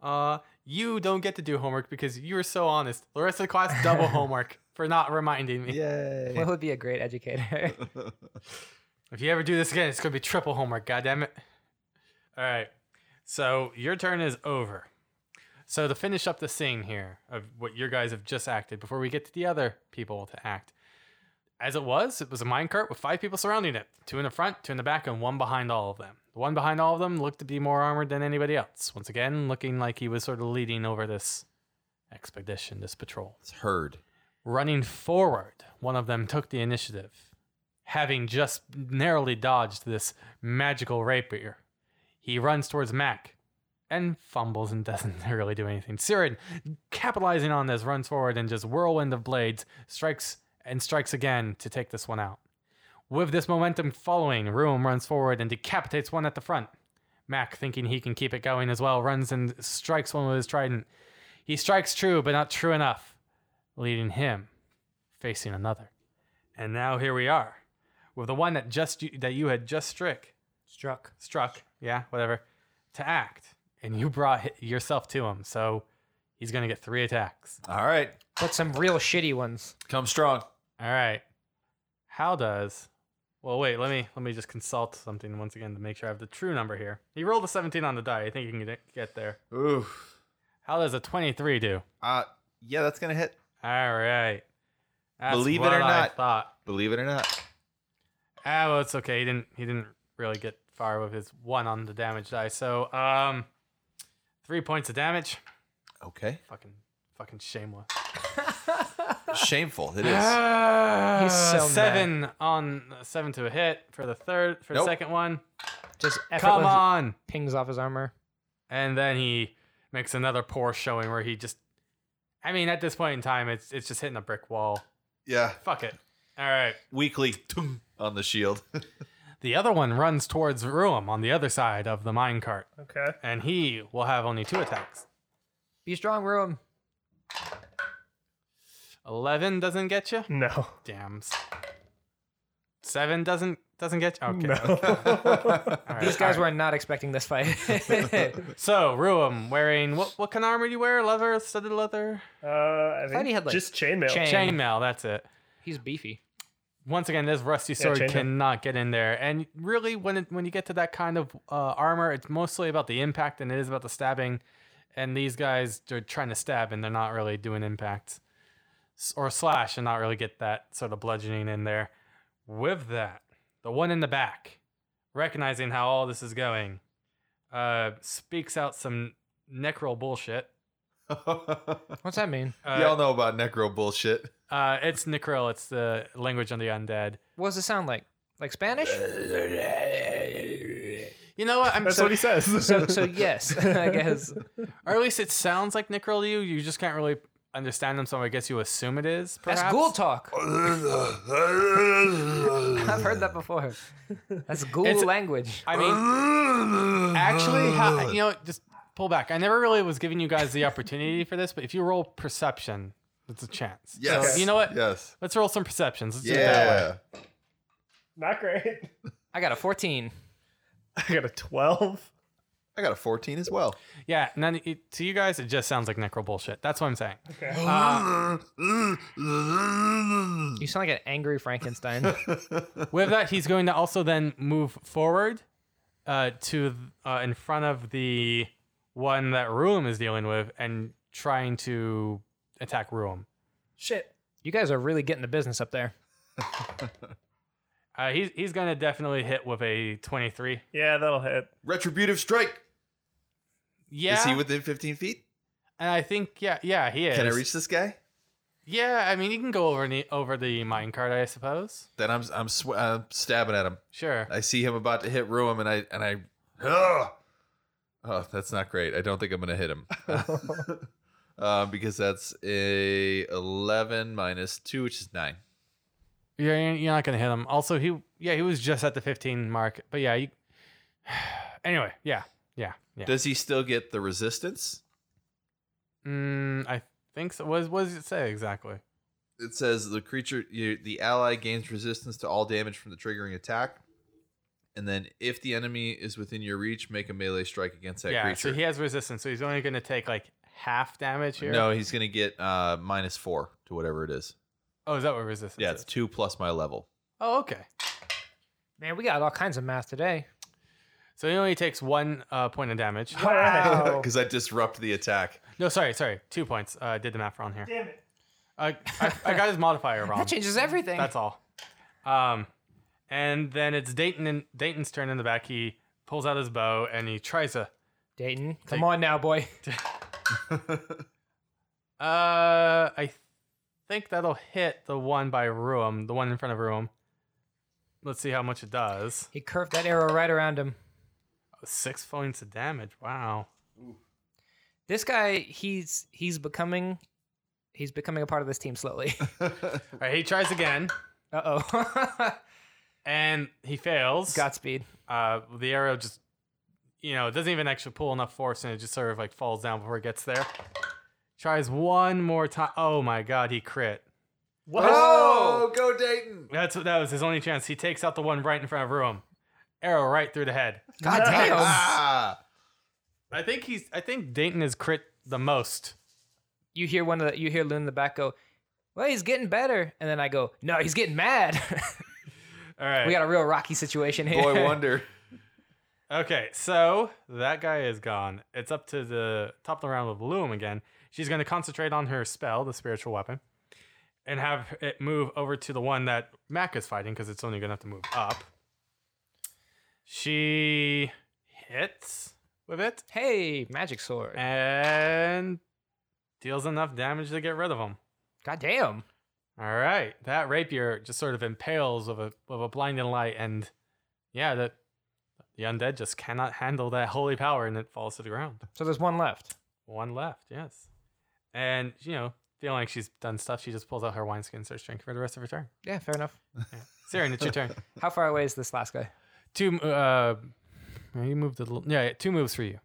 Uh, you don't get to do homework because you were so honest. The rest of the class double homework for not reminding me. Yay. What would be a great educator? If you ever do this again, it's gonna be triple homework. God damn it! All right, so your turn is over. So to finish up the scene here of what your guys have just acted, before we get to the other people to act, as it was, it was a minecart with five people surrounding it: two in the front, two in the back, and one behind all of them. The one behind all of them looked to be more armored than anybody else. Once again, looking like he was sort of leading over this expedition, this patrol. It's heard. Running forward, one of them took the initiative, having just narrowly dodged this magical rapier. He runs towards Mac and fumbles and doesn't really do anything. Siren, capitalizing on this, runs forward and just whirlwind of blades, strikes and strikes again to take this one out. With this momentum following, Room runs forward and decapitates one at the front. Mac, thinking he can keep it going as well, runs and strikes one with his trident. He strikes true, but not true enough, leading him facing another. And now here we are, with the one that just that you had just strick Struck. struck, yeah, whatever, to act, and you brought hi- yourself to him. So he's gonna get three attacks. All right. But some real shitty ones. Come strong. All right. How does? Well, wait. Let me let me just consult something once again to make sure I have the true number here. He rolled a 17 on the die. I think you can get- get there. Ooh. How does a 23 do? Uh, yeah, that's going to hit. All right. That's Believe it what or I not. thought. Believe it or not. Ah, well, it's okay. He didn't. He didn't really get far with his one on the damage die. So, um, three points of damage. Okay. Fucking, fucking shameless. Shameful. It is. Ah, He's so mad. seven on seven to a hit for the third for Nope. the second one. Just Come effortless on. pings off his armor. and then he makes another poor showing where he just I mean at this point in time it's it's just hitting a brick wall. Yeah. Fuck it. All right. Weekly tung, on the shield. The other one runs towards Ruum on the other side of the minecart Okay. and he will have only two attacks. Be strong, Room. 11 doesn't get you? No. Damns. 7 doesn't doesn't get you. Okay. No. okay. All right, These guys all right. were not expecting this fight. So, Ruum wearing what what kind of armor do you wear? Leather, studded leather? Uh, I think he had, like, just chainmail. chain. Chainmail, that's it. He's beefy. once again, this rusty sword chain mail. cannot get in there. And really, when it, when you get to that kind of uh, armor, it's mostly about the impact than it is about the stabbing. And these guys, they're trying to stab and they're not really doing impact S- or slash and not really get that sort of bludgeoning in there. With that, the one in the back, recognizing how all this is going, uh, speaks out some necro bullshit. What's that mean? Uh, Y'all know about necro bullshit. uh, it's necro. It's the language of the undead. What does it sound like? Like Spanish? Uh, You know what? I'm That's so what he says. so, so yes, I guess. Or at least it sounds like Necro to you. You just can't really understand them, so I guess you assume it is. Perhaps. That's ghoul talk. I've heard that before. That's ghoul It's- language. I mean, actually, ha- you know, just pull back. I never really was giving you guys the opportunity for this, but if you roll perception, it's a chance. Yes. So, you know what? Yes. Let's roll some perceptions. Let's do it that way. Yeah. Not great. I got a 14. I got a 12. I got a 14 as well. Yeah. None, it, to you guys, it just sounds like Necro bullshit. That's what I'm saying. Uh, Okay. You sound like an angry Frankenstein. With that, he's going to also then move forward uh, to th- uh, in front of the one that Ruum is dealing with and trying to attack Ruum. Shit. You guys are really getting the business up there. Uh, he's he's gonna definitely hit with a twenty three. Yeah, that'll hit. Retributive strike. Yeah, Is he within 15 feet? and I think yeah yeah he is. Can I reach this guy? Yeah, I mean you can go over the over the mine card, I suppose. Then I'm I'm, sw- I'm stabbing at him. Sure. I see him about to hit Ruum, and I and I. Ugh! Oh, that's not great. I don't think I'm gonna hit him, um, because that's a eleven minus two, which is nine. You're you're not gonna hit him. Also, he yeah he was just at the fifteen mark, but yeah. You, anyway, yeah, yeah, yeah. Does he still get the resistance? Mm, I think so. What, what does it say exactly? It says the creature, you, the ally gains resistance to all damage from the triggering attack, and then if the enemy is within your reach, make a melee strike against that yeah, creature. so he has resistance, so he's only gonna take like half damage here. no, he's gonna get uh, minus four to whatever it is. Oh, is that what resistance Yeah, is? it's two plus my level. Oh, okay. Man, we got all kinds of math today. So he only takes one uh, point of damage. Oh. Wow. Because I disrupt the attack. No, sorry, sorry, two points. Uh, I did the math wrong here. Damn it. I, I, I got his modifier wrong. That changes everything. That's all. Um, and then it's Dayton and Dayton's turn in the back. He pulls out his bow and he tries to. Dayton, Take- come on now, boy. Uh, I think that'll hit the one by Ruum, the one in front of Ruum. Let's see how much it does. He curved that arrow right around him. Six points of damage. Wow. This guy, he's he's becoming he's becoming a part of this team slowly. All right, he tries again Uh oh. and he fails. Godspeed. uh, the arrow just, you know, it doesn't even actually pull enough force, and it just sort of like falls down before it gets there. Tries one more time. Oh my god, he crit. What? Oh, go Dayton. That's that was his only chance. He takes out the one right in front of Ruum. Arrow right through the head. God Nice. damn. Ah. I think he's. I think Dayton is crit the most. You hear one of the you hear Loon in the back go, Well, he's getting better. And then I go, No, he's getting mad. All right. we got a real rocky situation here. Boy Wonder. okay, so that guy is gone. It's up to the top of the round with Loom again. She's going to concentrate on her spell, the spiritual weapon, and have it move over to the one that Mac is fighting because it's only going to have to move up. She hits with it Hey, magic sword. and deals enough damage to get rid of him. God damn. All right, that rapier just sort of impales with a with a blinding light, and yeah, the the undead just cannot handle that holy power, and it falls to the ground. So there's one left. One left, yes, and you know, feeling like she's done stuff, she just pulls out her wineskin and starts drinking for the rest of her turn. Yeah, fair enough. Siren, it's your turn. How far away is this last guy? Two, uh, you moved a little. Yeah, yeah, two moves for you.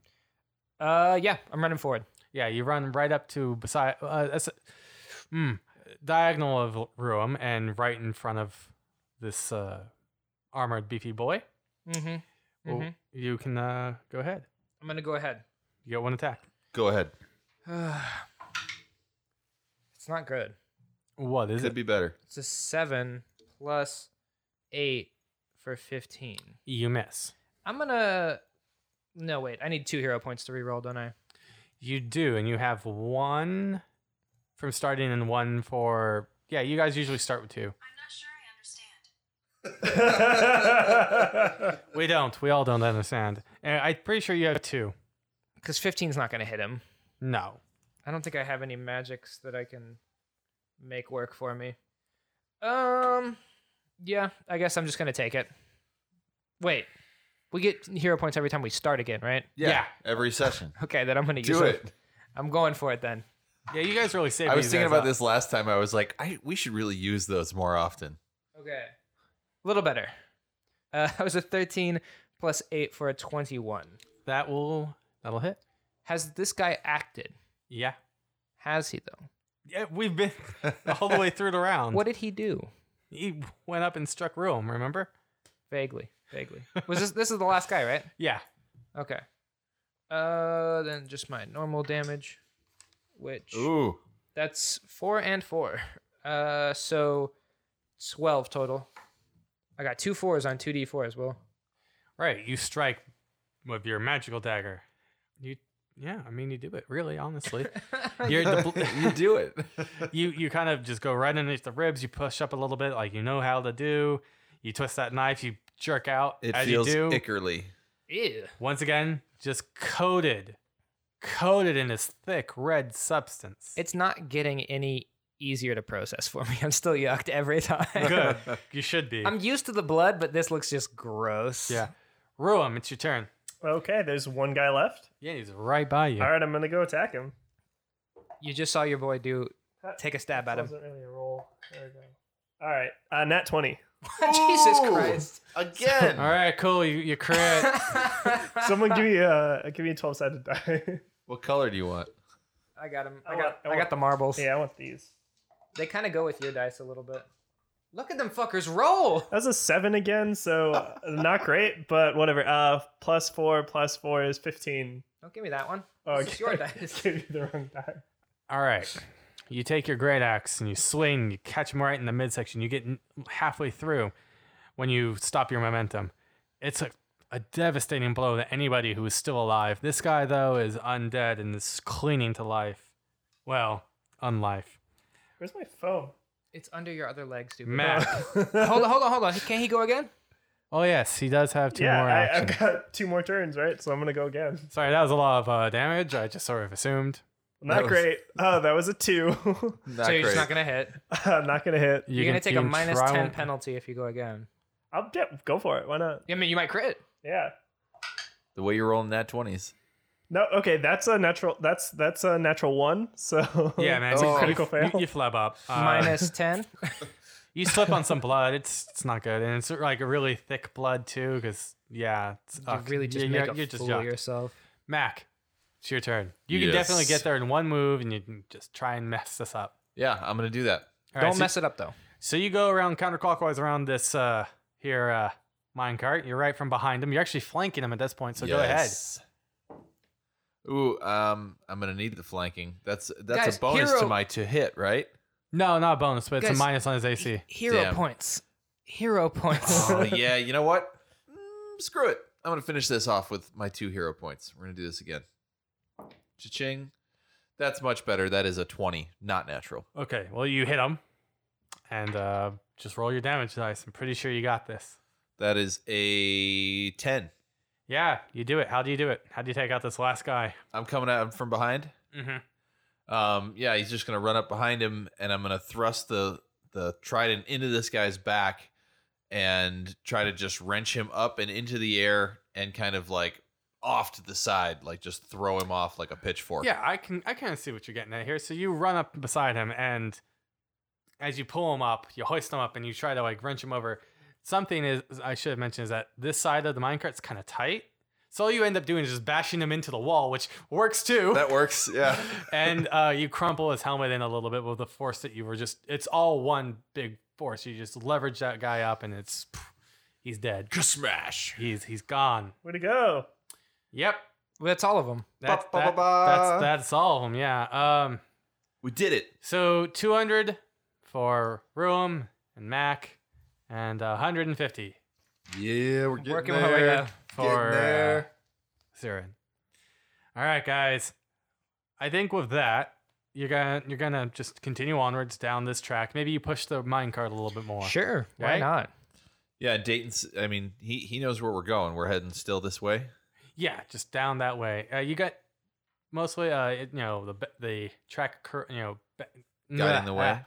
Uh, yeah, I'm running forward. Yeah, you run right up to beside, uh, that's- mm, diagonal of Ruum, and right in front of this uh, armored beefy boy. Mm-hmm. Well, Mhm. You can uh, go ahead. I'm gonna go ahead. You get one attack. Go ahead. it's not good. What is Could it? be better. It's a seven plus eight for fifteen. you miss. I'm gonna. No, wait. I need two hero points to reroll, don't I? You do, and you have one from starting and one for. Yeah, you guys usually start with two. I'm not sure I understand. We don't. We all don't understand. And I'm pretty sure you have two. Because 15's not gonna hit him. No. I don't think I have any magics that I can make work for me. Um. Yeah, I guess I'm just gonna take it. Wait, we get hero points every time we start again, right? Yeah. Every session. Okay, then I'm gonna use Do it. I'm going for it then. Yeah, you guys really saved. I was these thinking guys uh, about up. this last time. I was like, I, we should really use those more often. Okay. A little better. Uh, I was a 13 plus 8 for a 21. That will. That'll hit. Has this guy acted? Yeah. Has he, though? Yeah, we've been all the way through the round. What did he do? He went up and struck room. Remember? Vaguely. Vaguely. Was this this is the last guy, right? Yeah. Okay. Uh then just my normal damage. Which Ooh. that's four and four. Uh so twelve total. I got two fours on two D four as well. Right, you strike with your magical dagger. You, yeah, I mean, you do it really, honestly. You're the bl- you do it. you you kind of just go right underneath the ribs. You push up a little bit, like you know how to do. You twist that knife. You jerk out It as feels you do. ickerly. Ew. Once again, just coated, coated in this thick red substance. It's not getting any easier to process for me. I'm still yucked every time. good. you should be. I'm used to the blood, but this looks just gross. yeah, Ruam, it's your turn. okay, there's one guy left. Yeah, he's right by you. All right, I'm gonna go attack him. You just saw your boy do take a stab at him. Wasn't really a roll. There we go. All right, uh, nat twenty. Jesus Christ. Again. All right, cool. You, you crit. Someone give me a give me a twelve sided die. What color do you want? I got him. I I got want- I I want- got the marbles. yeah, I want these. They kind of go with your dice a little bit. Look at them fuckers roll. That was a seven again, so uh, not great, but whatever. Uh, plus four, plus four is fifteen. Don't give me that one. Oh, This is your okay. dice. Gave you the wrong die. All right. You take your great axe and you swing, you catch him right in the midsection. You get n- halfway through. when you stop your momentum. It's a, a devastating blow to anybody who is still alive. This guy, though, is undead and is clinging to life. Well, unlife. Where's my phone? Uh, It's under your other leg, stupid. Mac. hold on, hold on, hold on. Can he go again? Oh, yes, he does have two yeah, more I, I've actions. got two more turns, right? So I'm gonna go again. Sorry, that was a lot of uh, damage. I just sort of assumed. Not That was- great. Oh, that was a two. Not so great. you're just not gonna hit. I'm not gonna hit. You You're can- gonna take you a can minus try ten one- penalty if you go again. I'll de- go for it. Why not? I mean, you might crit. Yeah. the way you're rolling that 20s. No. Okay. That's a natural. That's that's a natural one. So Yeah, man. It's a you- Oh. critical you, fail. You, you flub up. Uh, Minus ten. You slip on some blood. It's it's not good, and it's like a really thick blood too. Because yeah, it's, You ugh, really just you're- make you're- a you're fool yucked. of yourself. Mac, it's your turn. You can definitely Yes. get there in one move, and you can just try and mess this up. Yeah, I'm gonna do that. All right, Don't so, mess it up though. So you go around counterclockwise around this uh here uh minecart. You're right from behind him. You're actually flanking him at this point. So go ahead. go ahead. Ooh, um, I'm gonna need the flanking. That's that's Guys, a bonus to hero- my to hit, right? No, not bonus, but it's Guys, a minus on his AC. Hero Damn. points. Hero points. oh yeah, you know what? Mm, screw it. I'm gonna finish this off with my two hero points. We're gonna do this again. Cha-ching. That's much better. That is a 20, not natural. Okay, well you hit him, and uh just roll your damage dice. I'm pretty sure you got this. That is a 10. Yeah, you do it. How do you do it? How do you take out this last guy? I'm coming at him from behind. Mm-hmm. Um, yeah, he's just gonna run up behind him, and I'm gonna thrust the the trident into this guy's back, and try to just wrench him up and into the air, and kind of like off to the side, like just throw him off like a pitchfork. Yeah, I can I kind of see what you're getting at here. So you run up beside him and as you pull him up, you hoist him up and you try to like wrench him over. Something is I should have mentioned is that this side of the minecart's kind of tight. So all you end up doing is just bashing him into the wall, which works too. that works. Yeah, and uh, you crumple his helmet in a little bit with the force that you were just it's all one big force. You just leverage that guy up and it's he's dead. smash. He's he's gone. Way to go. Yep. Well, That's all of them. That's, Ba, ba, that- ba, ba. that's that's all of them. Yeah. Um We did it. So 200 for Ruum and Mac, and 150 Yeah, we're I'm working my way up. for uh, there. Siren. All right, guys. I think with that, you're gonna you're gonna just continue onwards down this track. Maybe you push the minecart a little bit more. Sure. Why Right? not? Yeah, Dayton's. I mean, he he knows where we're going. We're heading still this way. Yeah, just down that way. Uh, you got mostly uh it, you know the b- the track cur- you know be- Got in the way.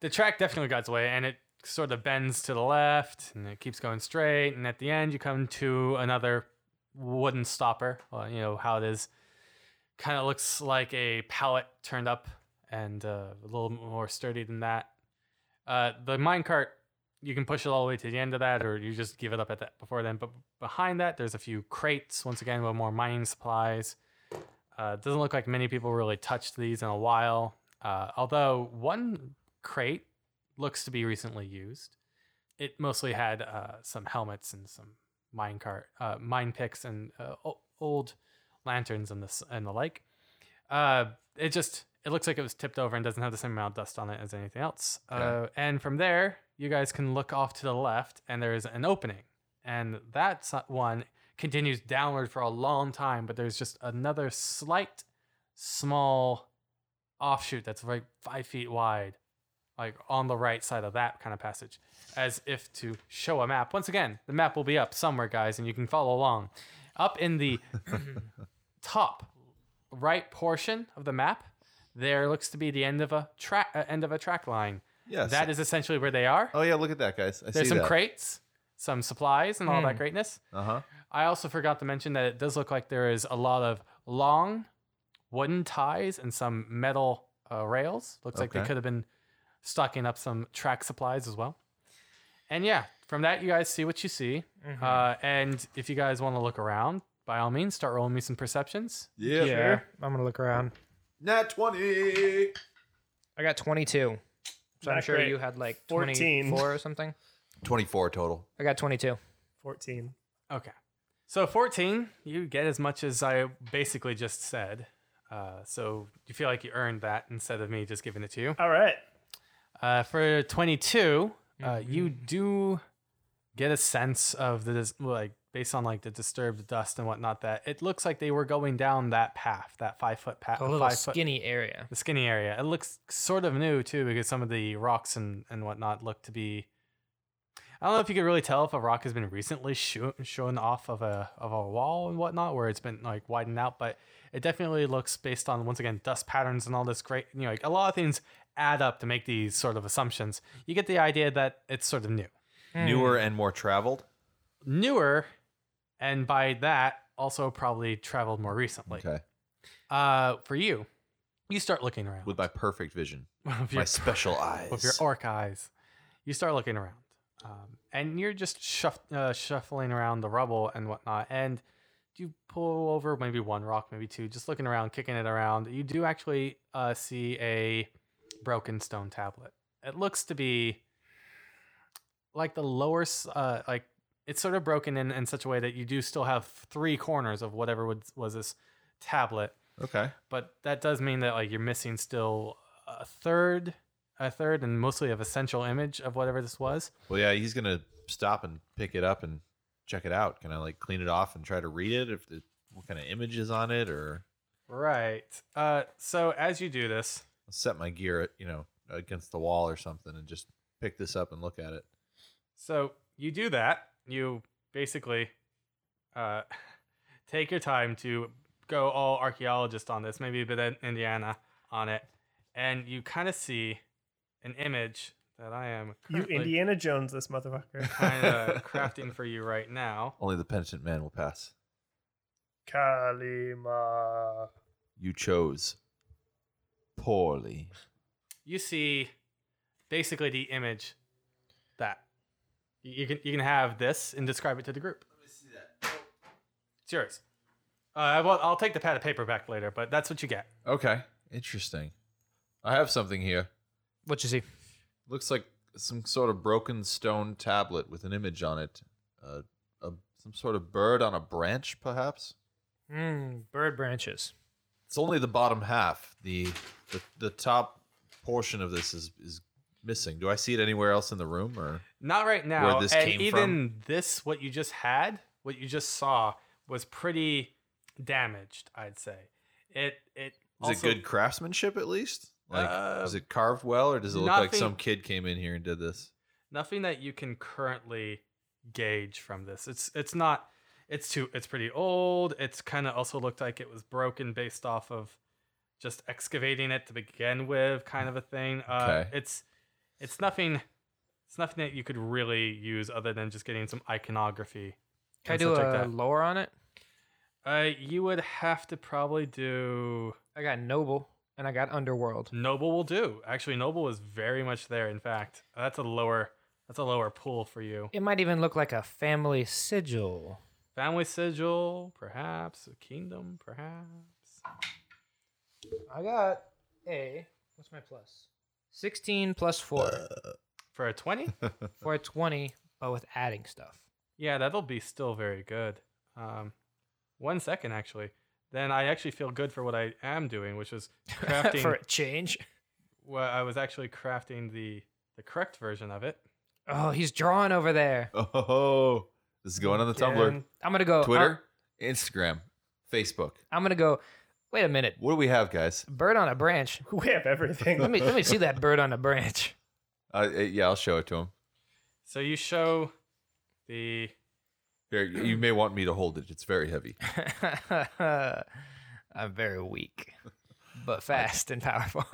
the track definitely got its way and it sort of bends to the left and it keeps going straight and at the end you come to another wooden stopper well, you know how it is kind of looks like a pallet turned up and uh, a little more sturdy than that uh, the minecart you can push it all the way to the end of that or you just give it up at that before then but behind that there's a few crates once again with more mining supplies uh, it doesn't look like many people really touched these in a while uh, although one crate looks to be recently used. It mostly had uh, some helmets and some mine cart, uh, mine picks, and uh, o- old lanterns and this and the like. Uh, it just it looks like it was tipped over and doesn't have the same amount of dust on it as anything else. Uh, Okay. and from there, you guys can look off to the left, and there is an opening, and that s- one continues downward for a long time. But there's just another slight, small offshoot that's like five feet wide, like on the right side of that kind of passage, as if to show a map. Once again, the map will be up somewhere, guys, and you can follow along. Up in the top right portion of the map, there looks to be the end of a track, uh, end of a track line. Yes. That is essentially where they are. Oh yeah, look at that, guys. I There's see some that. crates, some supplies, and all that Hmm. greatness. Uh huh. I also forgot to mention that it does look like there is a lot of long wooden ties and some metal uh, rails. Looks like they Okay. could have been stocking up some track supplies as well. And yeah, from that, you guys see what you see. Uh, and if you guys want to look around, by all means, start rolling me some perceptions. Yeah. I'm gonna look around. Nat 20. I got 22. So I'm Not sure great. you had like 14. 24 or something. 24 total. I got 22. Fourteen. Okay. So 14, you get as much as I basically just said. Uh, so you feel like you earned that instead of me just giving it to you. All right. Mm-hmm. Uh, for 22, uh, you do get a sense of the dis- like based on like the disturbed dust and whatnot that it looks like they were going down that path, that five foot path, A little five foot skinny area. the skinny area. It looks sort of new too because some of the rocks and, and whatnot look to be. I don't know if you could really tell if a rock has been recently sho- shown off of a of a wall and whatnot where it's been like widened out, but it definitely looks based on once again dust patterns and all this great you know like a lot of things add up to make these sort of assumptions. You get the idea that it's sort of new, Hmm. Hmm. Newer and more traveled. newer, and by that also probably traveled more recently. Okay. Uh, for you, you start looking around With my perfect vision, With my your- special eyes. with your orc eyes, you start looking around, um, and you're just shuff, uh, shuffling around the rubble and whatnot. And you pull over maybe one rock, maybe two, just looking around, kicking it around. You do actually uh, see a broken stone tablet. It looks to be like the lower, s- uh, like it's sort of broken in, in such a way that you do still have three corners of whatever would, was this tablet okay. but that does mean that like you're missing still a third a third and mostly of a central image of whatever this was Well, yeah, he's gonna stop and pick it up and check it out. Can I like clean it off and try to read it? If the, what kind of image is on it, or right uh so as you do this I'll set my gear, you know, against the wall or something, and just pick this up and look at it. so you do that you basically uh take your time to go all archaeologist on this maybe a bit of indiana on it and you kind of see an image that i am You currently Indiana Jones, this motherfucker. kind of crafting for you right now Only the penitent man will pass. Kalima. You chose poorly. you see basically the image that you you can you can have this and describe it to the group. Let me see that. It's yours. Uh, well, I'll take the pad of paper back later, but that's what you get. Okay, interesting. I have something here. What you see? Looks like some sort of broken stone tablet with an image on it. Uh, a, some sort of bird on a branch, perhaps. Mm, bird branches. It's only the bottom half. The the, the top portion of this is, is missing. Do I see it anywhere else in the room or Not right now. this and came even this, what you just had, what you just saw, was pretty damaged. I'd say it. It is also, it good craftsmanship at least? Like Uh, is it carved well or does it look like nothing- some kid came in here and did this? nothing that you can currently gauge from this. It's it's not it's too it's pretty old. It's kind of also looked like it was broken based off of just excavating it to begin with, kind of a thing. Uh, Okay. it's it's nothing it's nothing that you could really use other than just getting some iconography. Can I and do such like a lore on it? that. Uh, you would have to probably do I got noble and I got underworld. Noble will do. Actually, Noble is very much there. In fact, that's a lower that's a lower pool for you. It might even look like a family sigil. Family sigil, perhaps. A kingdom, perhaps. I got a. What's my plus? Sixteen plus four For a 20? for a twenty, but with adding stuff. yeah, that'll be still very good. Um, one second, actually. Then I actually feel good for what I am doing, which is crafting. for a change. well, I was actually crafting the, the correct version of it. Oh, he's drawing over there. Oh, this is going on the Tumblr, I'm gonna Oh, go Twitter, uh, Instagram, Facebook. I'm, I'm gonna go. Wait a minute. What do we have, guys? Bird on a branch. We have Let everything. me let me see that bird on a branch. Uh, uh, yeah, I'll show it to him. So you show the. Here, you you may want me to hold it. It's very heavy. I'm very weak, but fast and powerful.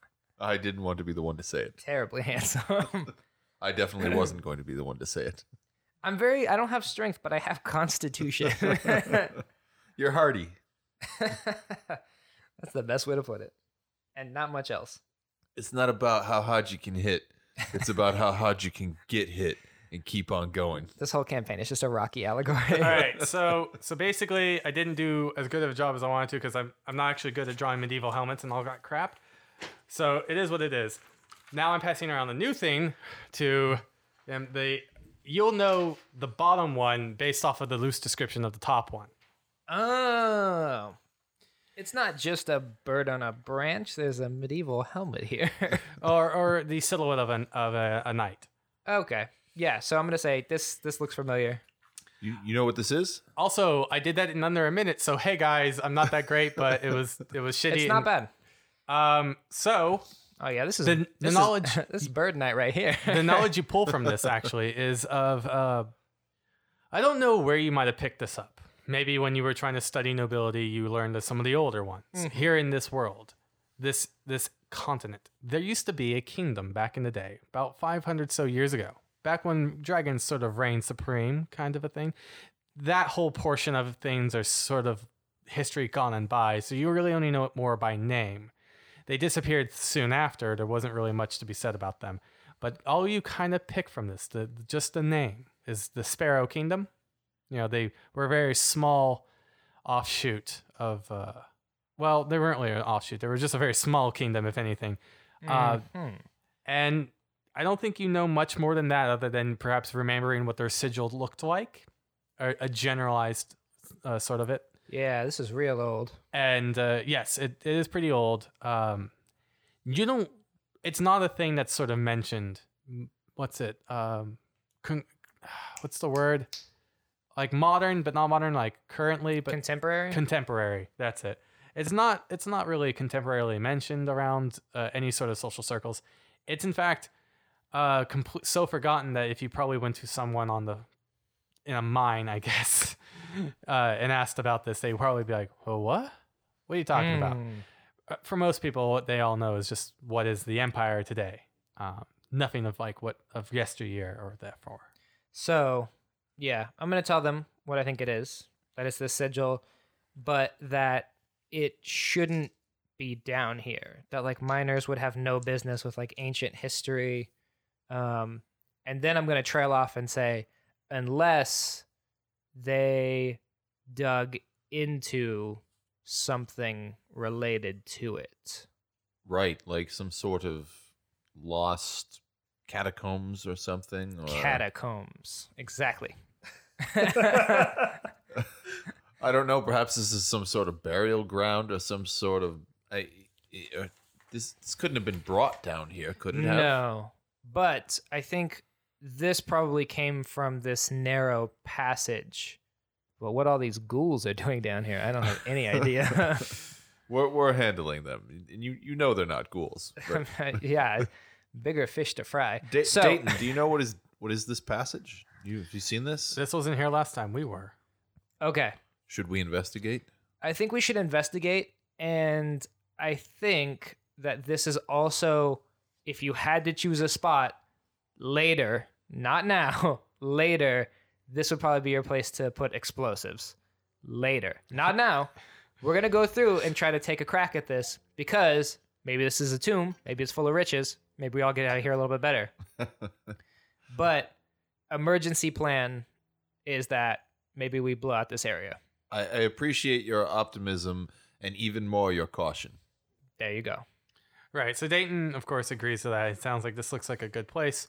I didn't want to be the one to say it. Terribly handsome. I definitely wasn't going to be the one to say it. I'm very. I don't have strength, but I have constitution. You're hardy. That's the best way to put it. And not much else. It's not about how hard you can hit. It's about how hard you can get hit and keep on going. This whole campaign is just a Rocky allegory. All right, so so basically, I didn't do as good of a job as I wanted to because I'm I'm not actually good at drawing medieval helmets and all that crap. So it is what it is. Now I'm passing around the new thing to them. The you'll know the bottom one based off of the loose description of the top one. Oh. It's not just a bird on a branch. There's a medieval helmet here. or or the silhouette of an of a, a knight. okay. Yeah, so I'm gonna say this. This looks familiar. You, you know what this is? Also, I did that in under a minute. So hey guys, I'm not that great, but it was it was shitty. It's not bad. bad. Um, so Oh yeah, this is The- the this is- knowledge- this is bird night right here. the knowledge you pull from this actually is of uh, I don't know where you might have picked this up. Maybe when you were trying to study nobility, you learned of some of the older ones. Here in this world, this this continent, there used to be a kingdom back in the day, about 500 so years ago, back when dragons sort of reigned supreme, kind of a thing. That whole portion of things are sort of history gone and by, so you really only know it more by name. They disappeared soon after. There wasn't really much to be said about them but all you kind of pick from this the just the name is the sparrow kingdom you know they were a very small offshoot of uh well they weren't really an offshoot they were just a very small kingdom if anything uh, Mhm. and i don't think you know much more than that other than perhaps remembering what their sigil looked like or a generalized uh, sort of it yeah, this is real old. and uh, yes, it, it is pretty old. Um, you don't. It's not a thing that's sort of mentioned. M- What's it? Um, con- what's the word? Like modern, but not modern. Like currently, but Contemporary. contemporary. That's it. It's not. It's not really contemporarily mentioned around uh, any sort of social circles. It's in fact uh, complete, so forgotten that if you probably went to someone on the in a mine, I guess, uh, and asked about this, they would probably be like, "Well, what? What are you talking about?" Mm. Uh, For most people, what they all know is just what is the empire today. Um, nothing of like what of yesteryear or that far. So, yeah, I'm gonna tell them what I think it is. That it's this sigil, but that it shouldn't be down here. That like miners would have no business with like ancient history. Um, and then I'm gonna trail off and say, unless they dug into something related to it. Right, like some sort of lost catacombs or something. Or... Catacombs, exactly. I don't know. Perhaps this is some sort of burial ground or some sort of. I, I- uh, this this couldn't have been brought down here, could it have? No, but I think this probably came from this narrow passage. But what all these ghouls are doing down here, I don't have any idea. We're, we're handling them, and you you know they're not ghouls. But yeah, bigger fish to fry. Da- so, Dayton, do you know what is what is this passage? You have you seen this? This wasn't here last time we were. okay, Should we investigate? I think we should investigate, and I think that this is also, if you had to choose a spot later, not now, later, this would probably be your place to put explosives. Later, not now. We're gonna go through and try to take a crack at this because maybe this is a tomb, maybe it's full of riches, maybe we all get out of here a little bit better. but emergency plan is that maybe we blow out this area. I, I appreciate your optimism and even more your caution. There you go. Right. So Dayton, of course, agrees to that. It sounds like this looks like a good place.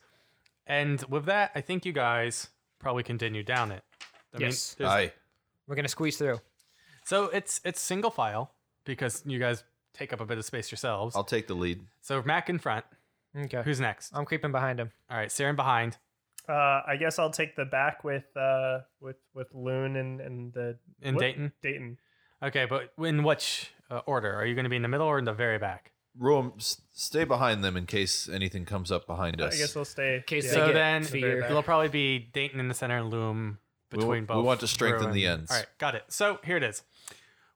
And with that, I think you guys probably continue down it. I mean, Yes. there's- Aye. We're gonna squeeze through. so it's it's single file because you guys take up a bit of space yourselves. I'll Uh, take the lead. so Mac in front. Okay. Who's next? I'm creeping behind him. All right, Saren behind. Uh, I guess I'll take the back with uh, with with Loon and and the In What? Dayton. Dayton. Okay, but in which uh, order? Are you going to be in the middle or in the very back? Roam, s- stay behind them in case anything comes up behind us. I guess we'll stay. case yeah. they so get then fear. it'll probably be Dayton in the center and Loom We wa- between both. we want to strengthen Ruin. the ends. All right, got it. So here it is.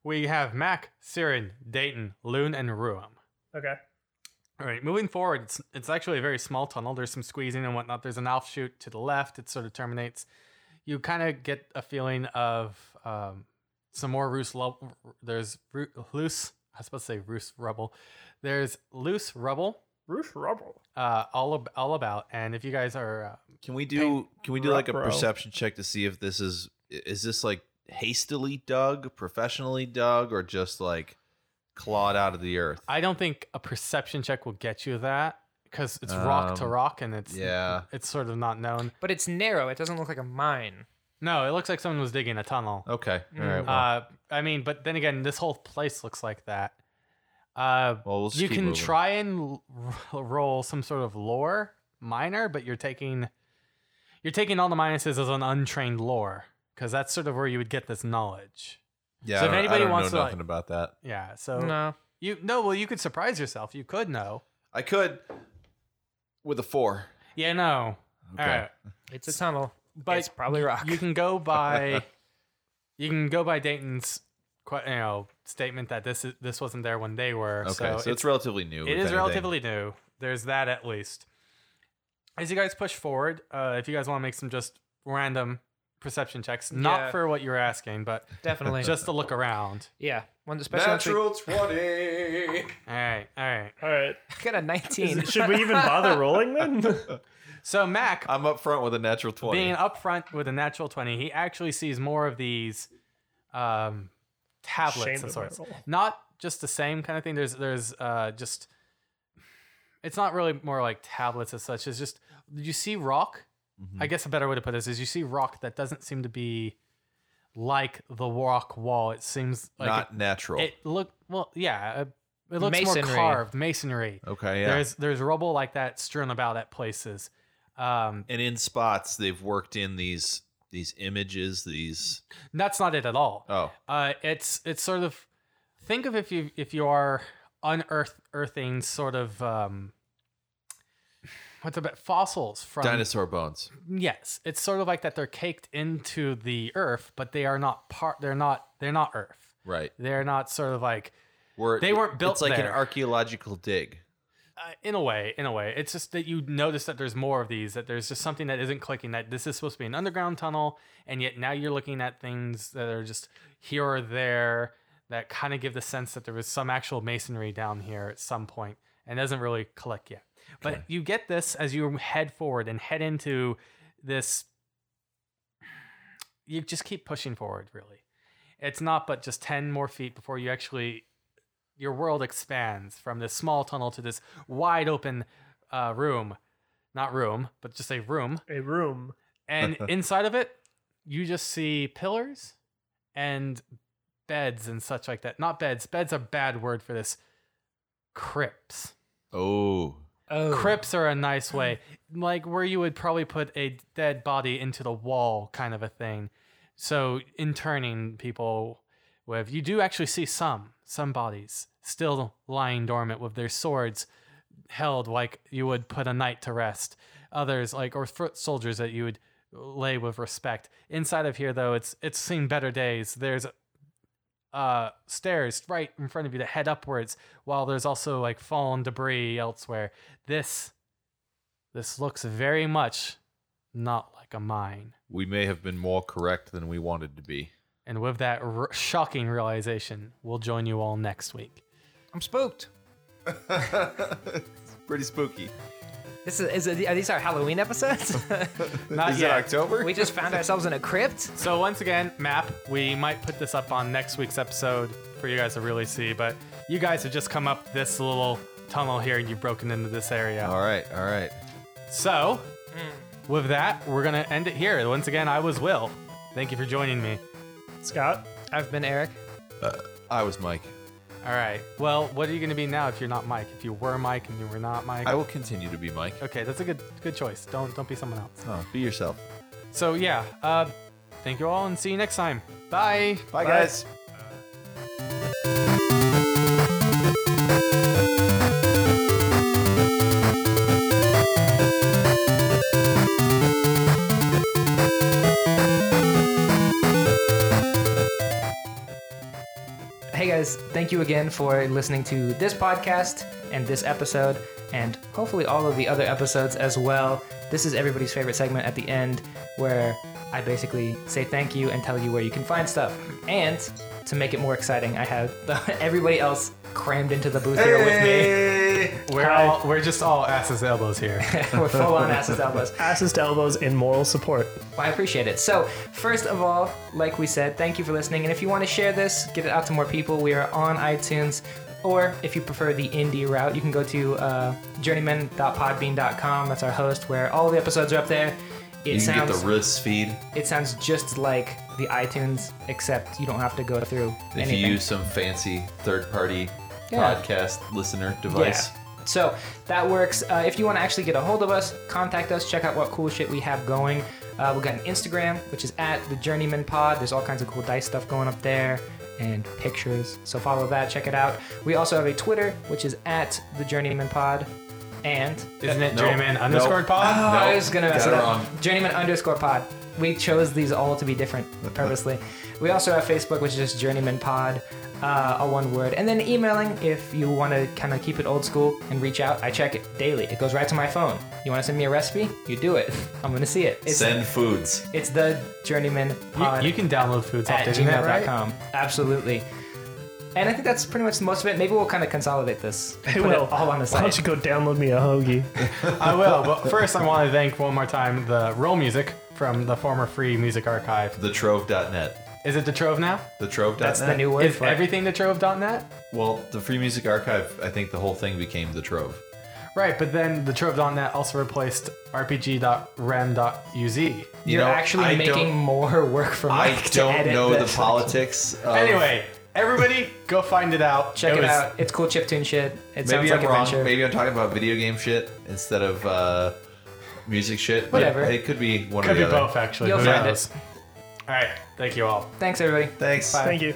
We have Mac, Siren, Dayton, Loon, and Ruum. okay. All right, moving forward, it's, it's actually a very small tunnel. There's some squeezing and whatnot. There's an offshoot to the left. It sort of terminates. You kind of get a feeling of um, some more loose. Lo- there's ru- loose. I was supposed to say loose rubble. There's loose rubble Roof rubble. uh, all ab- all about. And if you guys are uh, Can we do? Can we do like a Ruh-roh. perception check to see if this is i- is this like hastily dug, professionally dug, or just like clawed out of the earth? I don't think a perception check will get you that because it's rock to Um, rock and it's yeah. it's sort of not known. But it's narrow. It doesn't look like a mine. No, it looks like someone was digging a tunnel. Okay. All right. Mm. Well, Uh, I mean, but then again, this whole place looks like that. Uh, well, we'll just you keep can moving. try and l- roll some sort of lore minor, but you're taking You're taking all the minuses as an untrained lore because that's sort of where you would get this knowledge. Yeah, So I if don't, I anybody don't wants know to, like- nothing about that. Yeah. So No. you no, well, you could surprise yourself. You could know. I could with a four. Yeah. No. Okay. All right. It's a tunnel. But it's probably rock. you can go by you can go by Dayton's que- you know statement that this is this wasn't there when they were. Okay, so, so, it's, relatively new. it if is anything. relatively new. There's that at least. As you guys push forward, uh, if you guys want to make some just random perception checks, not Yeah. for what you're asking, but Definitely. just to look around. yeah. One especially once we- natural twenty. All right, all right. All right. I got a Is 19. it- should we even bother rolling then? So Mac, I'm up front with a natural twenty. being upfront with a natural twenty, he actually sees more of these um, Shamed tablets of my of sorts. roll. Not just the same kind of thing. There's there's uh, just it's not really more like tablets as such. It's just you see rock. Mm-hmm. I guess a better way to put this is you see rock that doesn't seem to be like the rock wall. It seems like Not natural. it, it look well, yeah. uh, It looks more Masonry. carved masonry. okay, yeah. There's there's rubble like that strewn about at places. Um, and in spots they've worked in these these images. These that's not it at all. oh Uh, it's it's sort of think of if you if you are unearth earthing sort of um, what's about fossils from dinosaur bones. Yes, it's sort of like that. They're caked into the earth, but they are not part. They're not. They're not earth. Right. They're not sort of like Were, They weren't built It's like an there. archaeological dig. uh, in a way, in a way, it's just that you notice that there's more of these, that there's just something that isn't clicking, that this is supposed to be an underground tunnel, and yet now you're looking at things that are just here or there that kind of give the sense that there was some actual masonry down here at some point and doesn't really click yet. But Okay. you get this as you head forward and head into this. You just keep pushing forward, really. It's not but just 10 more feet before you actually your world expands from this small tunnel to this wide open uh, room not room but just a room A room. and inside of it you just see pillars and beds and such like that not beds beds are bad word for this crypts Oh, oh. crypts are a nice way like where you would probably put a dead body into the wall kind of a thing so interning people with you do actually see some some bodies still lying dormant with their swords held like you would put a knight to rest others like or foot soldiers that you would lay with respect inside of here though it's it's seen better days there's uh stairs right in front of you that head upwards while there's also like fallen debris elsewhere this this looks very much not like a mine we may have been more correct than we wanted to be. and with that r- shocking realization we'll join you all next week I'm spooked. it's pretty spooky. This is, is are these our Halloween episodes? not Is yet it October? Uh, we just found ourselves in a crypt. So once again, map, we might put this up on next week's episode for you guys to really see, but you guys have just come up this little tunnel here and you've broken into this area. all right, all right. So with that, we're gonna end it here. Once again, I was Will. Thank you for joining me. Scott, I've been Eric. Uh, I was Mike. All right. Well, what are you gonna be now if you're not Mike? If you were Mike and you were not Mike? I will continue to be Mike. okay, that's a good good choice. Don't don't be someone else. Oh, be yourself. So yeah, uh, thank you all and see you next time. Bye. Bye. guys. Hey guys, thank you again for listening to this podcast and this episode, and hopefully all of the other episodes as well. This is everybody's favorite segment at the end where I basically say thank you and tell you where you can find stuff. And to make it more exciting, I have the, everybody else crammed into the booth here with We're Hi. all we're just all asses elbows here. me. We're full on asses elbows. asses to elbows in moral support. Well, I appreciate it. So, first of all, like we said, thank you for listening. And if you want to share this, get it out to more people. We are on iTunes, or if you prefer the indie route, you can go to uh, journeyman.podbean.com. That's our host, where all the episodes are up there. It You can sounds get the wrist feed. it sounds just like the iTunes, except you don't have to go through If anything. you use some fancy third party Yeah. podcast listener device, So that works. Uh, if you want to actually get a hold of us, contact us, check out what cool shit we have going. Uh, we've got an Instagram, which is at the Journeyman Pod. There's all kinds of cool dice stuff going up there and pictures. So follow that, check it out. We also have a Twitter, which is at the Journeyman Pod. And Isn't it Nope. Journeyman Nope. underscore pod? Oh, I Nope. was gonna Got mess it it up. wrong. Journeyman underscore pod. We chose these all to be different purposely. we also have Facebook, which is just Journeyman Pod, uh, all one word. And then emailing if you want to kind of keep it old school and reach out. I check it daily. It goes right to my phone. You want to send me a recipe? You do it. I'm gonna see it. It's Send foods. it's the Journeyman Pod Uh, You, you can download foods off at the internet, right? gmail.com. Absolutely. And I think that's pretty much most of it. Maybe we'll kind of consolidate this. Hey, put Will, it all on the why don't site. you go download me a hoagie? I will. But first, I want to thank one more time the roll music from the former Free Music Archive. Thetrove.net. Is it the Trove now? Thetrove.net. That's the new word Is for it. everything the Trove.net? Well, the Free Music Archive, I think the whole thing became the Trove. Right, but then the Trove.net also replaced rpg.rem.uz. You You're know, actually I making don't- more work for Mike I to don't edit know the this. politics. Of, Anyway, everybody, go find it out. Check it, was- out. It's cool chiptune shit. It maybe sounds like I'm wrong. adventure. Maybe I'm talking about video game shit instead of uh, music shit. but Whatever. It could be one Could or the be other. both, actually. You'll Who find knows? All right, thank you all. Thanks everybody. Thanks. Thank you.